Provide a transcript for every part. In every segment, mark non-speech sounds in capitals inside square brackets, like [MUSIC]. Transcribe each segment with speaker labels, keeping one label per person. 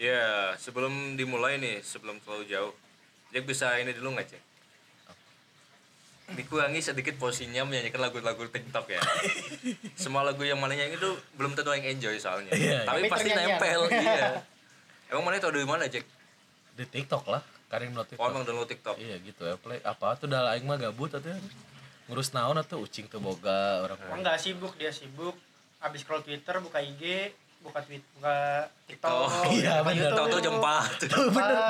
Speaker 1: Ya, sebelum dimulai nih, sebelum terlalu jauh, Jack bisa ini dulu nggak Jack? Dikurangi sedikit porsinya menyanyikan lagu-lagu TikTok ya. Semua lagu yang mana nyanyi itu belum tentu yang enjoy soalnya.
Speaker 2: Iya, iya.
Speaker 1: Tapi,
Speaker 3: Tapi
Speaker 1: pasti
Speaker 3: ternyanyi.
Speaker 1: nempel. iya. Emang mana tau dari mana Jack?
Speaker 2: Di TikTok lah, karing no
Speaker 1: Oh
Speaker 2: TikTok.
Speaker 1: emang download TikTok.
Speaker 2: Iya gitu ya, play apa tuh dah aing mah gabut atuh ngurus naon atuh ucing teu boga orang
Speaker 3: [LAUGHS]
Speaker 2: orang.
Speaker 3: Enggak sibuk dia sibuk. Abis scroll Twitter, buka IG, buka tweet, buka TikTok,
Speaker 1: TikTok.
Speaker 2: Iya,
Speaker 3: buka
Speaker 2: bener.
Speaker 3: YouTube.
Speaker 1: Tahu-tahu jam 4.
Speaker 2: bener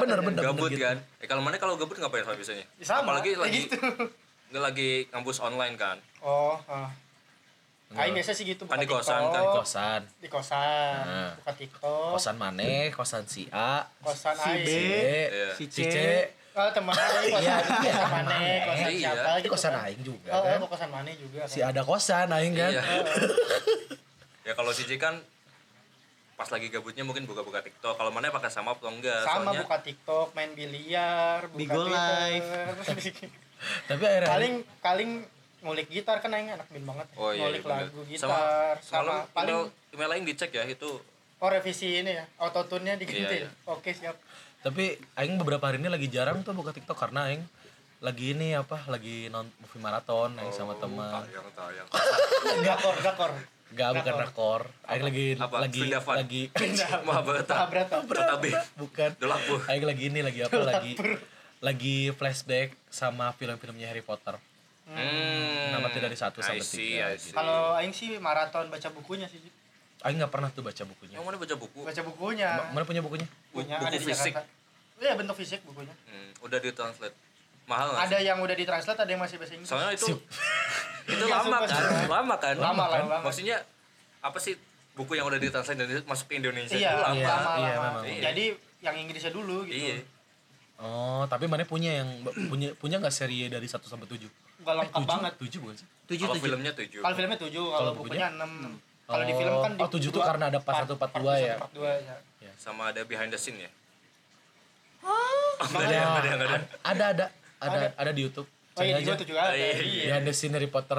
Speaker 2: bener bener.
Speaker 1: gabut
Speaker 2: bener gitu.
Speaker 1: kan? Eh kalau mana kalau gabut ngapain Fah, biasanya?
Speaker 3: Ya, Sama,
Speaker 1: Apalagi
Speaker 3: kayak
Speaker 1: lagi
Speaker 3: [LAUGHS] gitu.
Speaker 1: nggak lagi kampus online kan?
Speaker 3: Oh, ah. Aing biasa sih gitu,
Speaker 1: Kan
Speaker 3: buka
Speaker 1: di
Speaker 3: TikTok,
Speaker 1: kosan, Ah. kan
Speaker 2: Di kosan.
Speaker 3: di kosan,
Speaker 2: Nah.
Speaker 3: buka TikTok, kosan,
Speaker 2: Kosan maneh, kosan si A,
Speaker 4: Si
Speaker 3: Aing.
Speaker 4: B.
Speaker 2: si B,
Speaker 1: Iya.
Speaker 2: si C.
Speaker 4: Si C.
Speaker 3: Oh, teman Aing,
Speaker 2: Iya,
Speaker 3: kosan
Speaker 2: iya.
Speaker 3: mana, kosan
Speaker 1: Iya.
Speaker 3: siapa
Speaker 2: Itu
Speaker 3: gitu
Speaker 2: kosan
Speaker 3: kan.
Speaker 2: aing juga
Speaker 3: Oh,
Speaker 2: kan.
Speaker 3: oh, kosan mana juga
Speaker 2: Si
Speaker 3: kan.
Speaker 2: ada kosan aing kan.
Speaker 1: Iya.
Speaker 3: Oh,
Speaker 1: [LAUGHS] ya kalau Cici kan pas lagi gabutnya mungkin buka-buka TikTok. Kalau mana pakai sama atau enggak?
Speaker 3: Sama
Speaker 1: Soalnya
Speaker 3: buka TikTok, main biliar, buka
Speaker 4: Di Go Live.
Speaker 3: Twitter. [LAUGHS]
Speaker 2: Tapi akhirnya
Speaker 3: paling paling ngulik gitar kan aing anak bin banget.
Speaker 1: Oh iya,
Speaker 3: ngulik
Speaker 1: iya, bener.
Speaker 3: lagu
Speaker 1: sama,
Speaker 3: gitar
Speaker 1: semalam
Speaker 3: sama, paling
Speaker 1: email, email lain dicek ya itu
Speaker 3: oh revisi ini ya, autotune-nya
Speaker 1: Iya,
Speaker 3: diganti.
Speaker 1: iya.
Speaker 3: Oke, siap.
Speaker 2: tapi aing beberapa hari ini lagi jarang tuh buka TikTok karena aing lagi ini apa lagi non movie marathon aing sama
Speaker 1: Oh.
Speaker 2: teman
Speaker 1: tayang tayang
Speaker 3: Gakor, gakor.
Speaker 2: Gak bukan rakor. Aing lagi
Speaker 1: Apa?
Speaker 2: lagi
Speaker 1: Sundavan? [LAUGHS]
Speaker 2: lagi [LAUGHS]
Speaker 1: Mahabharata
Speaker 3: Mahabharata.
Speaker 1: Tetapi
Speaker 2: bukan.
Speaker 1: Dolak Bu.
Speaker 2: Aing lagi ini lagi apa lagi lagi flashback sama film-filmnya Harry Potter.
Speaker 1: Hmm.
Speaker 2: Nama tidak dari satu
Speaker 1: I
Speaker 2: sampai
Speaker 1: see, I
Speaker 2: tiga
Speaker 1: see.
Speaker 3: gitu. Kalau aing sih maraton baca bukunya sih. Ji.
Speaker 2: Aing nggak pernah tuh baca bukunya.
Speaker 1: Yang mana baca buku?
Speaker 3: Baca bukunya.
Speaker 2: Ma- Mana punya bukunya?
Speaker 3: bukunya
Speaker 1: buku
Speaker 3: ada di
Speaker 1: fisik.
Speaker 3: Jakarta. Iya, bentuk fisik bukunya.
Speaker 1: Hmm, udah ditranslate. Mahal nggak sih?
Speaker 3: Ada yang udah ditranslate, ada yang masih bahasa Inggris.
Speaker 1: Oh, Soalnya itu
Speaker 2: Sip.
Speaker 1: [LAUGHS] itu
Speaker 3: Iya,
Speaker 1: lama
Speaker 3: sumpah,
Speaker 1: kan?
Speaker 3: sumpah.
Speaker 1: Lama kan?
Speaker 3: Lama, lama banget.
Speaker 1: Maksudnya apa sih buku yang udah ditranslate dari masuk ke Indonesia
Speaker 3: Iya,
Speaker 1: itu lama.
Speaker 2: Iya,
Speaker 3: lama-lama.
Speaker 2: iya, memang.
Speaker 3: Jadi yang Inggrisnya dulu gitu.
Speaker 1: Iya.
Speaker 2: Oh, tapi mana punya yang punya punya nggak seri dari 1 sampai 7?
Speaker 3: Gak lengkap banget.
Speaker 2: Tujuh bukan sih?
Speaker 4: Tujuh
Speaker 1: Kalau
Speaker 4: tujuh.
Speaker 1: filmnya tujuh.
Speaker 3: Kalau filmnya 7, kalau
Speaker 2: bukunya? Hmm.
Speaker 3: bukunya 6. Kalau di film kan di
Speaker 2: Oh, tujuh tuh karena ada part satu, part dua ya.
Speaker 3: Part 2 ya.
Speaker 1: Sama ada behind the scene ya.
Speaker 2: Ada,
Speaker 1: Enggak ada, enggak ada, enggak ada.
Speaker 2: ada, ada, ada, ada di YouTube.
Speaker 3: Oh iya,
Speaker 2: Cari
Speaker 3: di
Speaker 2: aja.
Speaker 3: YouTube juga ada.
Speaker 1: Iya,
Speaker 3: Iya.
Speaker 2: Behind the scene Harry
Speaker 3: [LAUGHS]
Speaker 2: Potter.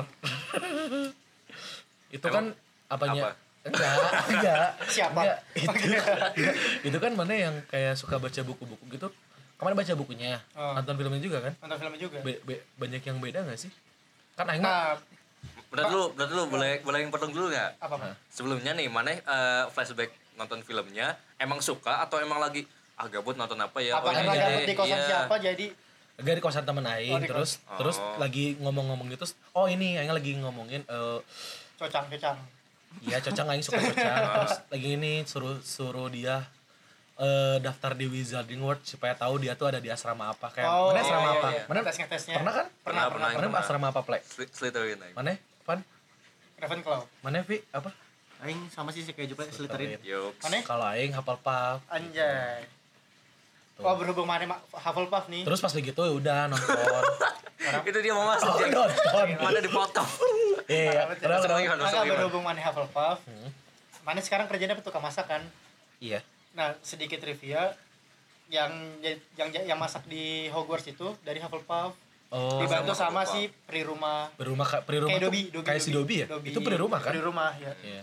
Speaker 2: itu
Speaker 1: Emang-
Speaker 2: kan apanya?
Speaker 1: apa?
Speaker 3: [LAUGHS]
Speaker 2: Enggak, enggak.
Speaker 3: Siapa? [LAUGHS]
Speaker 2: Enggak. Itu, itu kan mana yang kayak suka baca buku-buku gitu. Kemarin baca bukunya,
Speaker 3: Oh.
Speaker 2: nonton filmnya juga kan?
Speaker 3: Nonton filmnya juga.
Speaker 2: Be- be- banyak yang beda gak sih? Kan aing mah
Speaker 3: Nah,
Speaker 1: Bentar dulu, bentar dulu, boleh boleh yang potong dulu nggak?
Speaker 3: apa Pak?
Speaker 1: Sebelumnya nih, mana eh, flashback nonton filmnya emang suka atau emang lagi ah gabut nonton apa ya?
Speaker 3: Apa
Speaker 1: ini
Speaker 3: karena
Speaker 1: aja
Speaker 3: dapet
Speaker 1: deh.
Speaker 3: di kosan
Speaker 1: Iya.
Speaker 3: siapa jadi
Speaker 2: dari kosan temen aing
Speaker 3: Oh, di
Speaker 2: terus terus
Speaker 1: Oh.
Speaker 2: lagi ngomong-ngomong gitu. terus, Oh, ini aing lagi ngomongin eh
Speaker 3: cocang-cocang.
Speaker 2: Iya cocang aing suka cocang terus lagi ini suruh suruh dia eh, daftar di Wizarding World supaya tahu dia tuh ada di asrama apa kayak mana
Speaker 3: iya,
Speaker 2: asrama
Speaker 3: iya,
Speaker 2: apa
Speaker 3: iya.
Speaker 2: mana
Speaker 3: tes ngetesnya.
Speaker 2: pernah kan
Speaker 1: Pernah, pernah,
Speaker 2: mana
Speaker 1: pernah.
Speaker 2: asrama apa plek
Speaker 1: Sli- Slytherin aja.
Speaker 2: mana Pan
Speaker 3: Ravenclaw.
Speaker 2: mana Vi apa
Speaker 4: Aing sama sih kayak juga Slytherin.
Speaker 1: Yo.
Speaker 3: Mana?
Speaker 2: kalau aing hafal pap
Speaker 3: Anjay.
Speaker 2: Tuh.
Speaker 3: Oh, berhubung mana Ma- Hufflepuff nih.
Speaker 2: terus pas begitu ya udah nonton [LAUGHS]
Speaker 1: Itu dia mau masuk.
Speaker 2: Oh,
Speaker 1: Jack.
Speaker 2: nonton
Speaker 1: Mana dipotong?
Speaker 2: iya
Speaker 3: Parah banget.
Speaker 2: kenapa,
Speaker 1: Masuk lagi,
Speaker 2: kenapa?
Speaker 1: Pan, masuk
Speaker 3: Enggak
Speaker 1: lagi, Pan.
Speaker 3: berhubung mana Hufflepuff.
Speaker 2: Hmm.
Speaker 3: Mana sekarang kerjanya apa tukang masak kan?
Speaker 2: iya
Speaker 3: Nah, sedikit trivia yang yang yang masak di Hogwarts itu dari Hufflepuff
Speaker 2: oh
Speaker 3: dibantu
Speaker 1: sama
Speaker 3: sama,
Speaker 1: Hufflepuff.
Speaker 3: si peri rumah
Speaker 2: berumah ka- perumah
Speaker 3: kayak
Speaker 2: tuh
Speaker 3: Dobi, Dobi,
Speaker 2: kayak si Dobi ya itu perumah kan
Speaker 3: Peri rumah ya.
Speaker 2: iya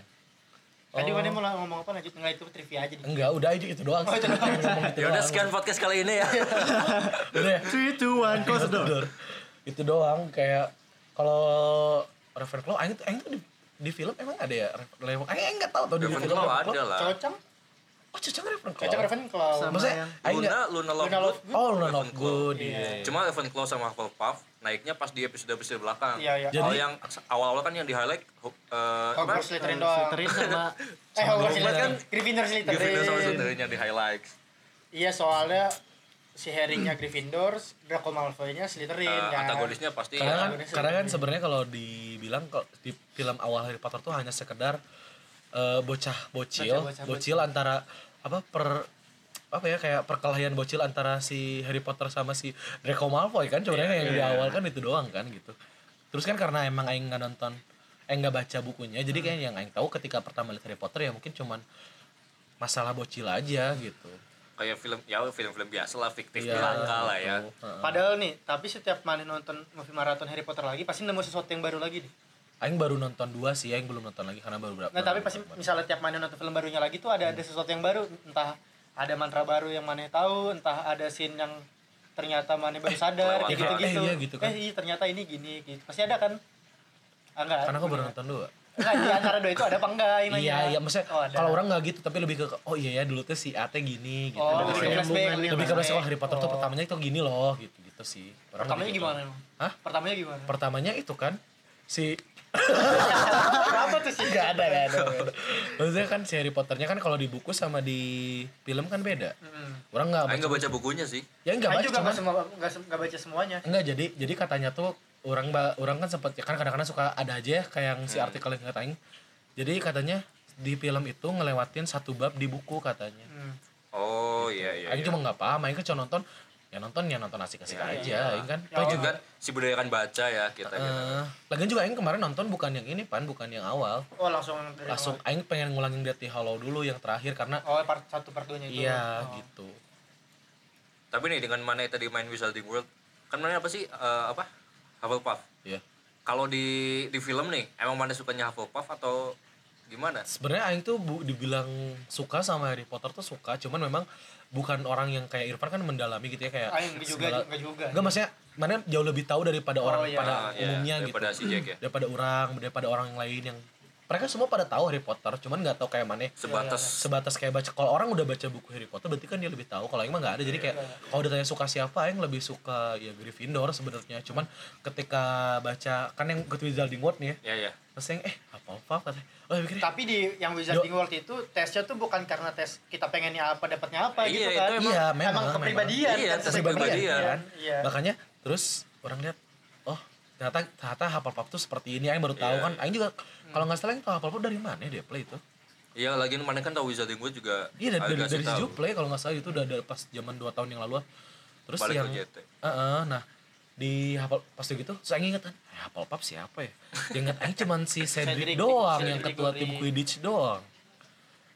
Speaker 3: Tadi
Speaker 2: Oh.
Speaker 3: mana mau ngomong apa lanjut nggak itu trivia aja. Di.
Speaker 2: enggak udah aja itu doang
Speaker 3: Oh, itu doang.
Speaker 2: Ngomong gitu
Speaker 1: Ya udah
Speaker 2: doang.
Speaker 1: sekian podcast kali
Speaker 3: [LAUGHS]
Speaker 1: ini ya.
Speaker 2: Udah ya?
Speaker 4: Three two one close the door.
Speaker 2: Door. Itu doang kayak kalau Ravenclaw aing tuh aing tuh di, di film emang ada ya Ravenclaw. Aing aing enggak tahu tuh di film
Speaker 1: Ravenclaw ada lah.
Speaker 3: Cocang,
Speaker 2: Oh, cocok Ravenclaw.
Speaker 3: cocang Ravenclaw.
Speaker 4: Sama
Speaker 2: Maksudnya
Speaker 4: yang
Speaker 2: aing
Speaker 1: Luna,
Speaker 2: enggak
Speaker 1: Luna
Speaker 3: Luna
Speaker 1: Lovegood.
Speaker 3: Lovegood.
Speaker 2: Oh, Luna not
Speaker 1: Ravenclaw.
Speaker 2: good.
Speaker 3: Iya.
Speaker 2: iya.
Speaker 1: Cuma Ravenclaw sama Hufflepuff naiknya pas di episode-episode belakang.
Speaker 3: Iya, iya. Oh,
Speaker 1: Kalau
Speaker 2: Jadi-
Speaker 1: yang awal-awal kan yang di highlight eh apa?
Speaker 3: Hogwarts Slytherin doang.
Speaker 4: Slytherin [LAUGHS] sama
Speaker 3: Eh Hogwarts
Speaker 1: Gryffindor
Speaker 3: Slytherin.
Speaker 1: kan- Gryffindor
Speaker 3: Gryffindor
Speaker 1: sama
Speaker 3: Slytherin.
Speaker 1: Slytherin yang di highlight.
Speaker 3: Iya soalnya si Harry-nya Gryffindor, Draco Malfoy-nya Slytherin
Speaker 2: Ah,
Speaker 3: kan.
Speaker 1: Eh, antagonisnya pasti ya
Speaker 2: Karena kan,
Speaker 3: Iya, bener sih.
Speaker 2: karena kan sebenarnya kalau dibilang kalau di film awal Harry Potter tuh hanya sekedar eh, bocah bocil,
Speaker 3: Bocah-bocah
Speaker 2: bocil antara apa per apa ya kayak perkelahian bocil antara si Harry Potter sama si Draco Malfoy kan sebenarnya yang di awal kan itu doang kan gitu. Terus kan karena emang aing nggak nonton eh nggak baca bukunya jadi kayak yang aing tahu ketika pertama lihat Harry Potter ya mungkin cuman masalah bocil aja gitu.
Speaker 1: kayak film ya film-film biasa lah fiktif
Speaker 2: Iya,
Speaker 1: belaka lah ya.
Speaker 2: gitu. Heeh.
Speaker 3: Padahal nih, tapi setiap mana nonton movie maraton Harry Potter lagi pasti nemu sesuatu yang baru lagi deh.
Speaker 2: Aing baru nonton dua sih, aing belum nonton lagi karena baru berapa.
Speaker 3: Nah, tapi pasti misalnya tiap mana nonton film barunya lagi tuh ada ada sesuatu yang baru, entah ada mantra baru yang maneh tahu entah ada scene yang ternyata maneh baru sadar
Speaker 1: kelewatan.
Speaker 3: kayak gitu-gitu
Speaker 2: Eh, iya gitu kan.
Speaker 3: eh iya ternyata ini gini gitu pasti ada kan ah, enggak
Speaker 2: Karena aku baru nonton dua.
Speaker 3: enggak di antara dua itu ada apa enggak ini
Speaker 2: Iya, iya. Maksudnya
Speaker 3: Oh, ada.
Speaker 2: kalau orang nggak gitu, tapi lebih ke oh iya ya dulu tuh si Ate gini gitu.
Speaker 3: Oh,
Speaker 2: Lebih ke-
Speaker 4: lebih ke flashback,
Speaker 2: lebih ke bahasa
Speaker 3: flashback.
Speaker 2: oh Harry Potter tuh
Speaker 3: Oh.
Speaker 2: pertamanya itu gini loh gitu gitu sih. Orang
Speaker 3: pertamanya
Speaker 2: gitu.
Speaker 3: gimana emang?
Speaker 2: Hah?
Speaker 3: pertamanya gimana
Speaker 2: Pertamanya itu kan si [LAUGHS]
Speaker 3: apa tuh sih
Speaker 2: nggak ada nggak ada. nggak ada. Maksudnya kan si Harry Potternya kan kalau di buku sama di film kan beda.
Speaker 3: Hmm.
Speaker 2: Orang nggak
Speaker 1: Aing
Speaker 2: baca,
Speaker 1: nggak baca bukunya sih.
Speaker 2: ya nggak baca
Speaker 3: Saya Kan juga
Speaker 2: cuman
Speaker 3: nggak semua nggak sem- nggak baca semuanya.
Speaker 2: Enggak jadi jadi katanya tuh orang ba- orang kan sempat kan kadang-kadang suka ada aja ya, kayak yang
Speaker 1: Hmm.
Speaker 2: si artikel yang katain. Jadi katanya di film itu ngelewatin satu bab di buku katanya.
Speaker 3: Hmm.
Speaker 1: Oh iya iya. iya.
Speaker 2: Aing cuma nggak paham, aing kan cuma nonton ya nonton ya nonton asik-asik
Speaker 1: Iya,
Speaker 2: aja, aing kan.
Speaker 3: Ya,
Speaker 2: Aing
Speaker 1: Itu
Speaker 2: juga
Speaker 1: kan si budayakan baca ya kita. kita.
Speaker 2: eh, lagian juga aing kemarin nonton bukan yang ini pan, bukan yang awal.
Speaker 3: Oh langsung dari
Speaker 2: Langsung aing pengen ngulangin Deathly Hollow dulu yang terakhir karena
Speaker 3: awal. Oh part satu part 2 nya itu.
Speaker 2: iya
Speaker 3: Oh.
Speaker 2: gitu.
Speaker 1: Tapi nih dengan mana tadi main Wizarding World, kan mana apa sih eh, apa Hufflepuff?
Speaker 2: Ya.
Speaker 1: Kalau di di film nih, emang mana sukanya Hufflepuff atau gimana?
Speaker 2: Sebenarnya aing tuh bu, dibilang suka sama Harry Potter tuh suka, cuman memang bukan orang yang kayak Irfan kan mendalami gitu ya kayak
Speaker 3: Aing Ah, nggak juga
Speaker 2: segala-
Speaker 3: nggak juga.
Speaker 2: Enggak maksudnya mana jauh lebih tahu daripada orang
Speaker 3: iya.
Speaker 2: pada
Speaker 1: Ah, iya,
Speaker 2: umumnya gitu.
Speaker 1: daripada si Jack ya.
Speaker 2: Daripada orang, daripada orang yang lain yang mereka semua pada tahu Harry Potter, cuman nggak tahu kayak mana
Speaker 1: Sebatas
Speaker 2: sebatas kayak baca kalau orang udah baca buku Harry Potter berarti kan dia lebih tahu kalau yang mah nggak ada jadi kayak
Speaker 1: Iya,
Speaker 2: kalau ditanya suka siapa yang lebih suka ya Gryffindor sebenarnya cuman ketika baca kan yang ke Wizarding World nih ya
Speaker 1: ya ya.
Speaker 2: pasti yang eh apa apa katanya oh ya mikirnya
Speaker 3: Tapi di yang Wizarding World itu tesnya tuh bukan karena tes kita pengennya apa dapatnya apa
Speaker 1: Iya,
Speaker 3: gitu
Speaker 1: itu
Speaker 3: kan.
Speaker 1: emang-
Speaker 2: Iya, memang, memang.
Speaker 3: kepribadian
Speaker 1: Iya,
Speaker 3: kan.
Speaker 1: tes
Speaker 3: sesuai
Speaker 1: kepribadian.
Speaker 3: kepribadian. Iya.
Speaker 2: makanya terus orang lihat oh ternyata ternyata Hufflepuff tuh seperti ini Aing baru tahu
Speaker 1: Iya,
Speaker 2: kan Aing juga kalau nggak salah yang tahu Hufflepuff dari mana ya dia play itu
Speaker 1: Iya, lagian mana kan tahu Wizarding World juga.
Speaker 2: Iya dari dari,
Speaker 1: agak
Speaker 2: dari
Speaker 1: sih tahu.
Speaker 2: Juve Play kalau nggak salah itu udah dari pas zaman 2 tahun yang lalu. ah. Terus
Speaker 1: Balik
Speaker 2: yang
Speaker 1: ke JT.
Speaker 2: Heeh, nah di hafal pas udah gitu saya inget kan eh, hafal pap siapa ya yang inget aja cuman
Speaker 3: [LAUGHS]
Speaker 2: si Cedric
Speaker 3: Cedric,
Speaker 2: doang
Speaker 3: Cedric
Speaker 2: yang ketua tim
Speaker 3: Diggory.
Speaker 2: Quidditch doang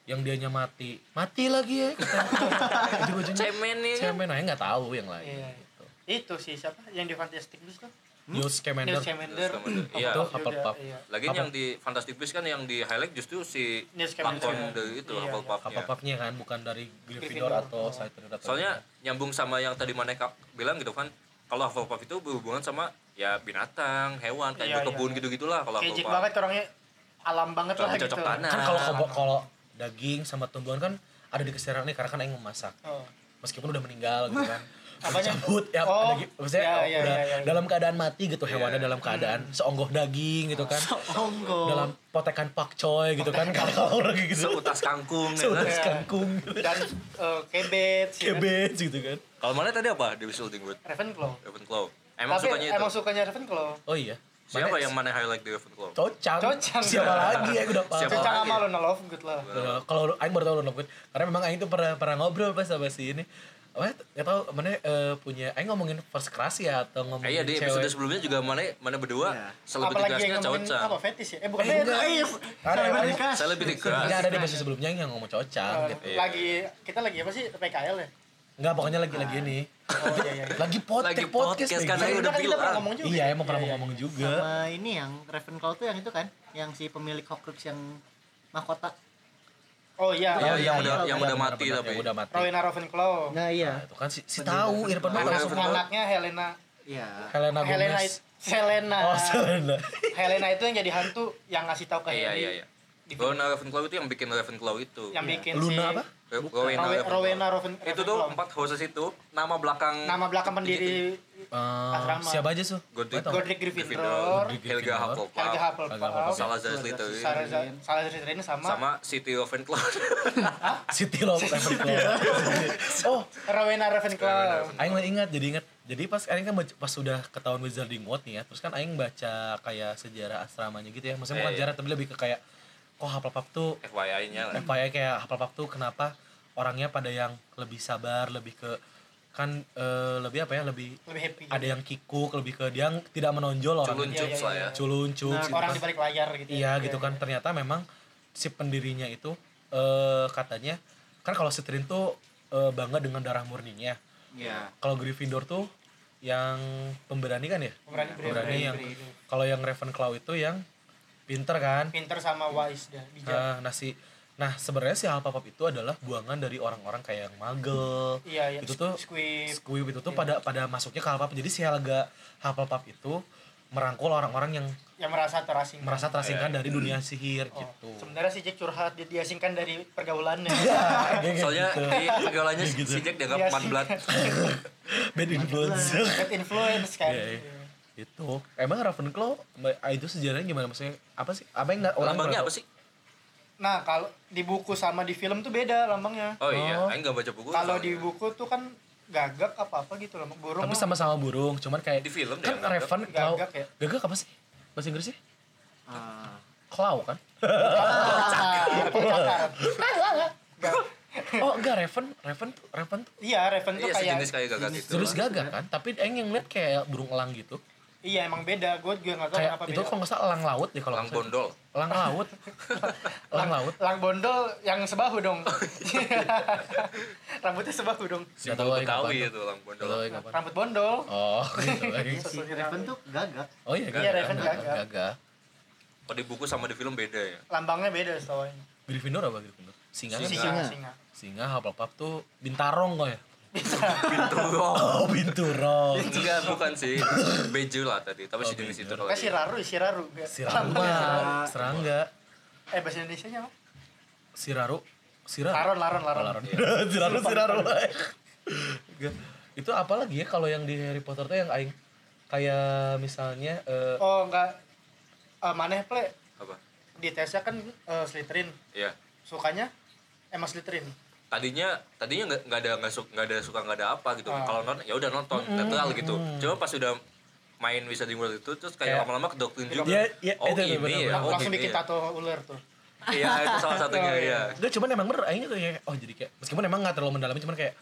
Speaker 2: yang dianya mati mati lagi ya kata ujung-ujungnya
Speaker 1: Cemen ya kan?
Speaker 2: cemen aja nggak tahu yang lain
Speaker 3: Iya.
Speaker 2: gitu.
Speaker 3: Itu sih siapa yang di Fantastic Beasts tuh?
Speaker 2: Neil Scamander
Speaker 3: Neil Scamander.
Speaker 1: Neil Scamander. Iya.
Speaker 2: Itu
Speaker 3: Juga,
Speaker 2: Hufflepuff.
Speaker 3: iya.
Speaker 1: Lagian
Speaker 2: Apa?
Speaker 1: yang di Fantastic Beasts kan yang di highlight justru si
Speaker 3: Neil Scamander.
Speaker 1: lakon dari itu
Speaker 3: Iya,
Speaker 1: Hufflepuffnya.
Speaker 2: Hufflepuffnya kan bukan dari Gryffindor
Speaker 3: Gryffindor.
Speaker 2: atau
Speaker 3: Oh.
Speaker 2: Slytherin atau
Speaker 1: Soalnya nyambung sama yang tadi Maneka bilang gitu kan, kalau Hufflepuff itu berhubungan sama ya binatang, hewan, kayak
Speaker 3: Iya,
Speaker 1: berkebun
Speaker 3: iya.
Speaker 1: gitu-gitulah kalau
Speaker 3: Kejik
Speaker 1: Hufflepuff.
Speaker 3: banget orangnya alam banget lah
Speaker 1: Cocok
Speaker 3: gitu.
Speaker 1: tanah.
Speaker 2: kan kalau
Speaker 1: Ah.
Speaker 2: kobo- kalau daging sama tumbuhan kan ada di keserangan nih karena kan aing memasak
Speaker 3: Oh.
Speaker 2: meskipun udah meninggal gitu kan udah
Speaker 3: Apanya?
Speaker 2: dicabut ya
Speaker 3: Oh,
Speaker 2: daging- maksudnya
Speaker 3: ya, ya,
Speaker 2: udah
Speaker 3: ya, Hmm. ya, ya.
Speaker 2: dalam keadaan mati gitu hewannya
Speaker 1: Iya.
Speaker 2: dalam keadaan seonggoh daging gitu kan
Speaker 4: Onggo.
Speaker 2: dalam potekan pakcoy gitu kan kalau orang kayak gitu
Speaker 1: Seutas kangkung ya kan.
Speaker 2: seutas
Speaker 3: Iya.
Speaker 2: kangkung gitu.
Speaker 3: Dan eh, kebet sih. kan.
Speaker 2: kebet gitu kan
Speaker 1: Kalau mana tadi apa di Wizarding World?
Speaker 3: Ravenclaw.
Speaker 1: Ravenclaw. Emang
Speaker 3: Tapi
Speaker 1: sukanya
Speaker 3: emang
Speaker 1: itu.
Speaker 3: sukanya Ravenclaw.
Speaker 2: oh iya
Speaker 1: Siapa
Speaker 2: Mana-
Speaker 1: yang mana highlight di Ravenclaw?
Speaker 2: cocang
Speaker 3: Cocang.
Speaker 2: siapa lagi ya udah paham
Speaker 1: Siapa
Speaker 3: Cocok
Speaker 1: lagi?
Speaker 3: sama Luna Lovegood lah.
Speaker 2: Tuh, kalau lu- Aing baru tau Luna Lovegood karena memang Aing tuh pernah pernah ngobrol pas sama si ini apa ya? nggak tahu mana eh, punya Aing ngomongin first crush ya atau ngomongin
Speaker 1: Eh, iya di episode
Speaker 2: cewek
Speaker 1: sebelumnya juga mana mana berdua
Speaker 4: Iya.
Speaker 1: selalu
Speaker 3: Apalagi yang
Speaker 1: tugasnya
Speaker 3: ngomongin
Speaker 1: cocok. iya.
Speaker 3: apa fetish ya? Eh bukan
Speaker 2: Eh,
Speaker 3: fetish.
Speaker 2: enggak. Ada,
Speaker 4: Ada
Speaker 2: ada.
Speaker 4: berkas.
Speaker 1: Saya lebih
Speaker 2: Enggak
Speaker 1: tegas.
Speaker 2: Kan ada di episode sebelumnya yang ngomong cocang
Speaker 3: Eh,
Speaker 2: gitu.
Speaker 1: Iya.
Speaker 3: Lagi kita lagi apa sih PKL ya?
Speaker 2: Enggak pokoknya lagi lagi ini.
Speaker 3: Oh iya iya.
Speaker 2: Lagi podcast,
Speaker 1: Lagi podcast
Speaker 2: lagi.
Speaker 1: karena
Speaker 3: Iya,
Speaker 1: udah
Speaker 3: kan kita pernah
Speaker 1: bilang.
Speaker 3: ngomong juga.
Speaker 2: Iya, emang pernah
Speaker 3: Iya,
Speaker 2: mau
Speaker 3: iya.
Speaker 2: ngomong juga.
Speaker 4: Sama ini yang Ravenclaw tuh yang itu kan, yang si pemilik Horcrux yang mahkota.
Speaker 3: Oh iya,
Speaker 1: Iya,
Speaker 2: Oh,
Speaker 1: yang udah- yang udah
Speaker 2: benar,
Speaker 1: mati
Speaker 2: benar,
Speaker 1: tapi.
Speaker 2: yang udah mati.
Speaker 3: Rowena Ravenclaw.
Speaker 4: Nah,
Speaker 2: Nah,
Speaker 4: iya.
Speaker 2: itu kan si, si
Speaker 4: Benar.
Speaker 2: tahu Irfan mah
Speaker 1: Rowena
Speaker 2: tahu.
Speaker 3: Termasuk anaknya Helena
Speaker 4: Iya.
Speaker 2: Helena
Speaker 3: Helena Ah.
Speaker 2: Gomez.
Speaker 3: it- Helena.
Speaker 2: Oh, Selena.
Speaker 3: Helena itu yang jadi hantu yang ngasih tahu ke
Speaker 1: Iya
Speaker 3: Harry
Speaker 1: iya iya. Rowena Ravenclaw itu yang bikin Ravenclaw itu.
Speaker 3: Gitu. yang bikin
Speaker 2: Iya. Luna
Speaker 3: si
Speaker 2: apa?
Speaker 1: Rowe-
Speaker 3: Rowe- Rowena Raven-
Speaker 1: Itu tuh
Speaker 3: Ravenclaw.
Speaker 1: empat houses itu nama belakang
Speaker 3: nama belakang pendiri
Speaker 2: Eh,
Speaker 3: Asrama.
Speaker 2: siapa aja su?
Speaker 1: Godric.
Speaker 2: Nggak tahu.
Speaker 3: Godric Gryffindor,
Speaker 2: Godric
Speaker 1: Helga
Speaker 2: Gryffindor.
Speaker 3: Helga
Speaker 1: Hufflepuff,
Speaker 3: Hufflepuff,
Speaker 2: Hufflepuff.
Speaker 1: Salazar Slytherin,
Speaker 3: Salazar Salazar Slytherin sama,
Speaker 1: sama City [LAUGHS] Ravenclaw.
Speaker 2: Siti loh Ravenclaw. [LAUGHS] Oh,
Speaker 1: Rowena
Speaker 3: Rowena Ravenclaw.
Speaker 1: Ravenclaw.
Speaker 2: Aing ingat jadi ingat. Jadi pas Aing kan baca- pas sudah ketahuan Wizarding World nih ya, terus kan Aing baca kayak sejarah asramanya gitu ya.
Speaker 1: Iya,
Speaker 2: Maksudnya bukan
Speaker 1: iya.
Speaker 2: sejarah tapi lebih ke kayak kok Hufflepuff tuh
Speaker 1: FYI-nya lah.
Speaker 2: FYI kayak Hufflepuff tuh kenapa orangnya pada yang lebih sabar, lebih ke kan eh, lebih apa ya, lebih
Speaker 3: Lebih happy.
Speaker 2: ada yang kikuk, lebih ke dia yang tidak menonjol orang
Speaker 1: Culun cups
Speaker 3: Iya,
Speaker 1: lah
Speaker 3: iya,
Speaker 1: ya.
Speaker 2: culun cups gitu
Speaker 3: Orang
Speaker 2: kan.
Speaker 3: di balik layar gitu.
Speaker 2: Iya gitu kan ternyata memang si pendirinya itu eh, katanya kan kalau Slytherin tuh eh, bangga dengan darah murninya.
Speaker 4: Iya.
Speaker 2: Kalau Gryffindor tuh yang pemberani kan ya?
Speaker 3: Pemberani,
Speaker 2: Pemberani
Speaker 3: pemberani,
Speaker 2: yang
Speaker 3: pemberani.
Speaker 2: kalau yang Ravenclaw itu yang pinter kan?
Speaker 3: Pinter sama wise dah, bijak.
Speaker 2: Nah, nah si Nah, sebenarnya si Hufflepuff itu adalah buangan dari orang-orang kayak yang magel.
Speaker 3: Iya, iya.
Speaker 2: Itu tuh
Speaker 3: Squib.
Speaker 2: Squib itu tuh
Speaker 3: Iya.
Speaker 2: pada pada masuknya ke Hufflepuff. Jadi si Helga Hufflepuff itu merangkul orang-orang yang
Speaker 3: yang merasa terasingkan.
Speaker 2: merasa terasingkan
Speaker 1: Iya.
Speaker 2: dari dunia sihir
Speaker 3: Oh,
Speaker 2: gitu.
Speaker 3: Sebenarnya si Jack curhat dia diasingkan dari pergaulannya.
Speaker 2: [LAUGHS] Kayak
Speaker 1: Soalnya
Speaker 3: Iya,
Speaker 2: gitu.
Speaker 1: di pergaulannya
Speaker 2: Kayak gitu.
Speaker 1: si Jack dianggap man blood.
Speaker 2: bad influence.
Speaker 3: Bad influence kan.
Speaker 2: Iya, iya. itu emang Ravenclaw ma- ah, itu sejarahnya gimana maksudnya apa sih apa yang nggak orang
Speaker 1: Lambangnya
Speaker 2: nggak
Speaker 1: apa
Speaker 2: tahu?
Speaker 1: sih?
Speaker 3: Nah, kalau di buku sama di film tuh beda lambangnya.
Speaker 1: Oh iya,
Speaker 2: Oh.
Speaker 1: Aing nggak baca buku.
Speaker 3: Kalau
Speaker 1: soalnya.
Speaker 3: di buku tuh kan gagak apa-apa gitu lambang burung.
Speaker 2: tapi
Speaker 3: lah.
Speaker 2: sama-sama burung cuman kayak
Speaker 1: Di film ya,
Speaker 2: kan
Speaker 1: gagak.
Speaker 2: Ravenclaw
Speaker 3: Gagak ya?
Speaker 2: gagak apa sih bahasa Inggrisnya
Speaker 4: Ah.
Speaker 2: claw kan
Speaker 3: Ah, cakar. Gag-
Speaker 2: oh enggak Raven Raven tuh- Raven tuh
Speaker 3: Iya, Raven tuh
Speaker 1: Iya
Speaker 3: kayak
Speaker 1: sejenis kayak gagak gitu.
Speaker 2: terus
Speaker 1: lah.
Speaker 2: gagak kan tapi Eng yang lihat kayak burung elang gitu
Speaker 3: Iya, emang beda. Gue juga gak tau
Speaker 2: kayak
Speaker 3: kenapa
Speaker 2: itu
Speaker 3: beda.
Speaker 2: kalau nggak salah elang laut deh kalau
Speaker 1: Lang
Speaker 2: nggak salah.
Speaker 1: bondol.
Speaker 2: elang laut elang laut
Speaker 3: Lang bondol yang sebahu dong.
Speaker 2: Oh, iya.
Speaker 3: [LAUGHS] Rambutnya sebahu dong.
Speaker 1: Simbol
Speaker 2: tahu Aing
Speaker 1: Betawi
Speaker 2: apaan
Speaker 1: itu lang bondol.
Speaker 2: Kalau yang apa?
Speaker 3: Rambut bondol.
Speaker 2: oh [LAUGHS] gitu Aing.
Speaker 4: Si Raven tuh gagak.
Speaker 2: oh iya
Speaker 1: Iya,
Speaker 2: gagak
Speaker 3: Raven gagak.
Speaker 2: gagak
Speaker 1: Kalau di buku sama di film beda
Speaker 2: [LAUGHS]
Speaker 1: ya.
Speaker 3: Lambangnya beda soalnya.
Speaker 2: Gryffindor apa Gryffindor singa kan?
Speaker 3: Singa,
Speaker 4: Singa.
Speaker 3: singa.
Speaker 2: singa Hufflepuff tuh bintarong kok ya
Speaker 1: Binturo.
Speaker 2: oh
Speaker 1: [LAUGHS]
Speaker 2: binturong
Speaker 1: Enggak, bukan sih. Beju lah tadi, tapi
Speaker 2: Oh,
Speaker 1: sejenis itu doang.
Speaker 3: Kan
Speaker 2: iya.
Speaker 3: siraru, siraru. Lambangnya
Speaker 2: Sirama, serangga,
Speaker 3: siraru. Eh, bahasa Indonesia apa?
Speaker 2: siraru, siraru,
Speaker 3: Laron, laron, laron.
Speaker 2: Laron.
Speaker 1: [LAUGHS]
Speaker 2: siraru, siraru. Iya. Gak. itu apa lagi ya kalau yang di Harry Potter tuh yang aing kayak misalnya eh,
Speaker 3: Oh, enggak. Eh, maneh ple
Speaker 1: Apa?
Speaker 3: di tesnya kan eh, Slytherin.
Speaker 1: Iya.
Speaker 3: Sukanya emang Slytherin.
Speaker 1: Tadinya tadinya nggak nggak ada nggak suka nggak ada suka nggak ada apa gitu.
Speaker 3: Ah.
Speaker 1: Kalau nonton ya udah nonton, total gitu. Cuma pas udah main Wizarding World itu terus kayak
Speaker 2: Kayak-
Speaker 1: lama-lama kedoktrin juga.
Speaker 2: Iya, iya,
Speaker 1: oh
Speaker 2: itu, itu,
Speaker 1: ini
Speaker 2: benar-benar.
Speaker 1: ya, oh
Speaker 3: Langsung
Speaker 1: gini
Speaker 3: bikin
Speaker 1: ya.
Speaker 3: tato ular tuh.
Speaker 1: Iya, itu salah satunya
Speaker 3: [LAUGHS] Oh, iya.
Speaker 1: ya.
Speaker 2: enggak cuman emang bener aing tuh kayak oh jadi kayak meskipun emang nggak terlalu mendalami cuman kayak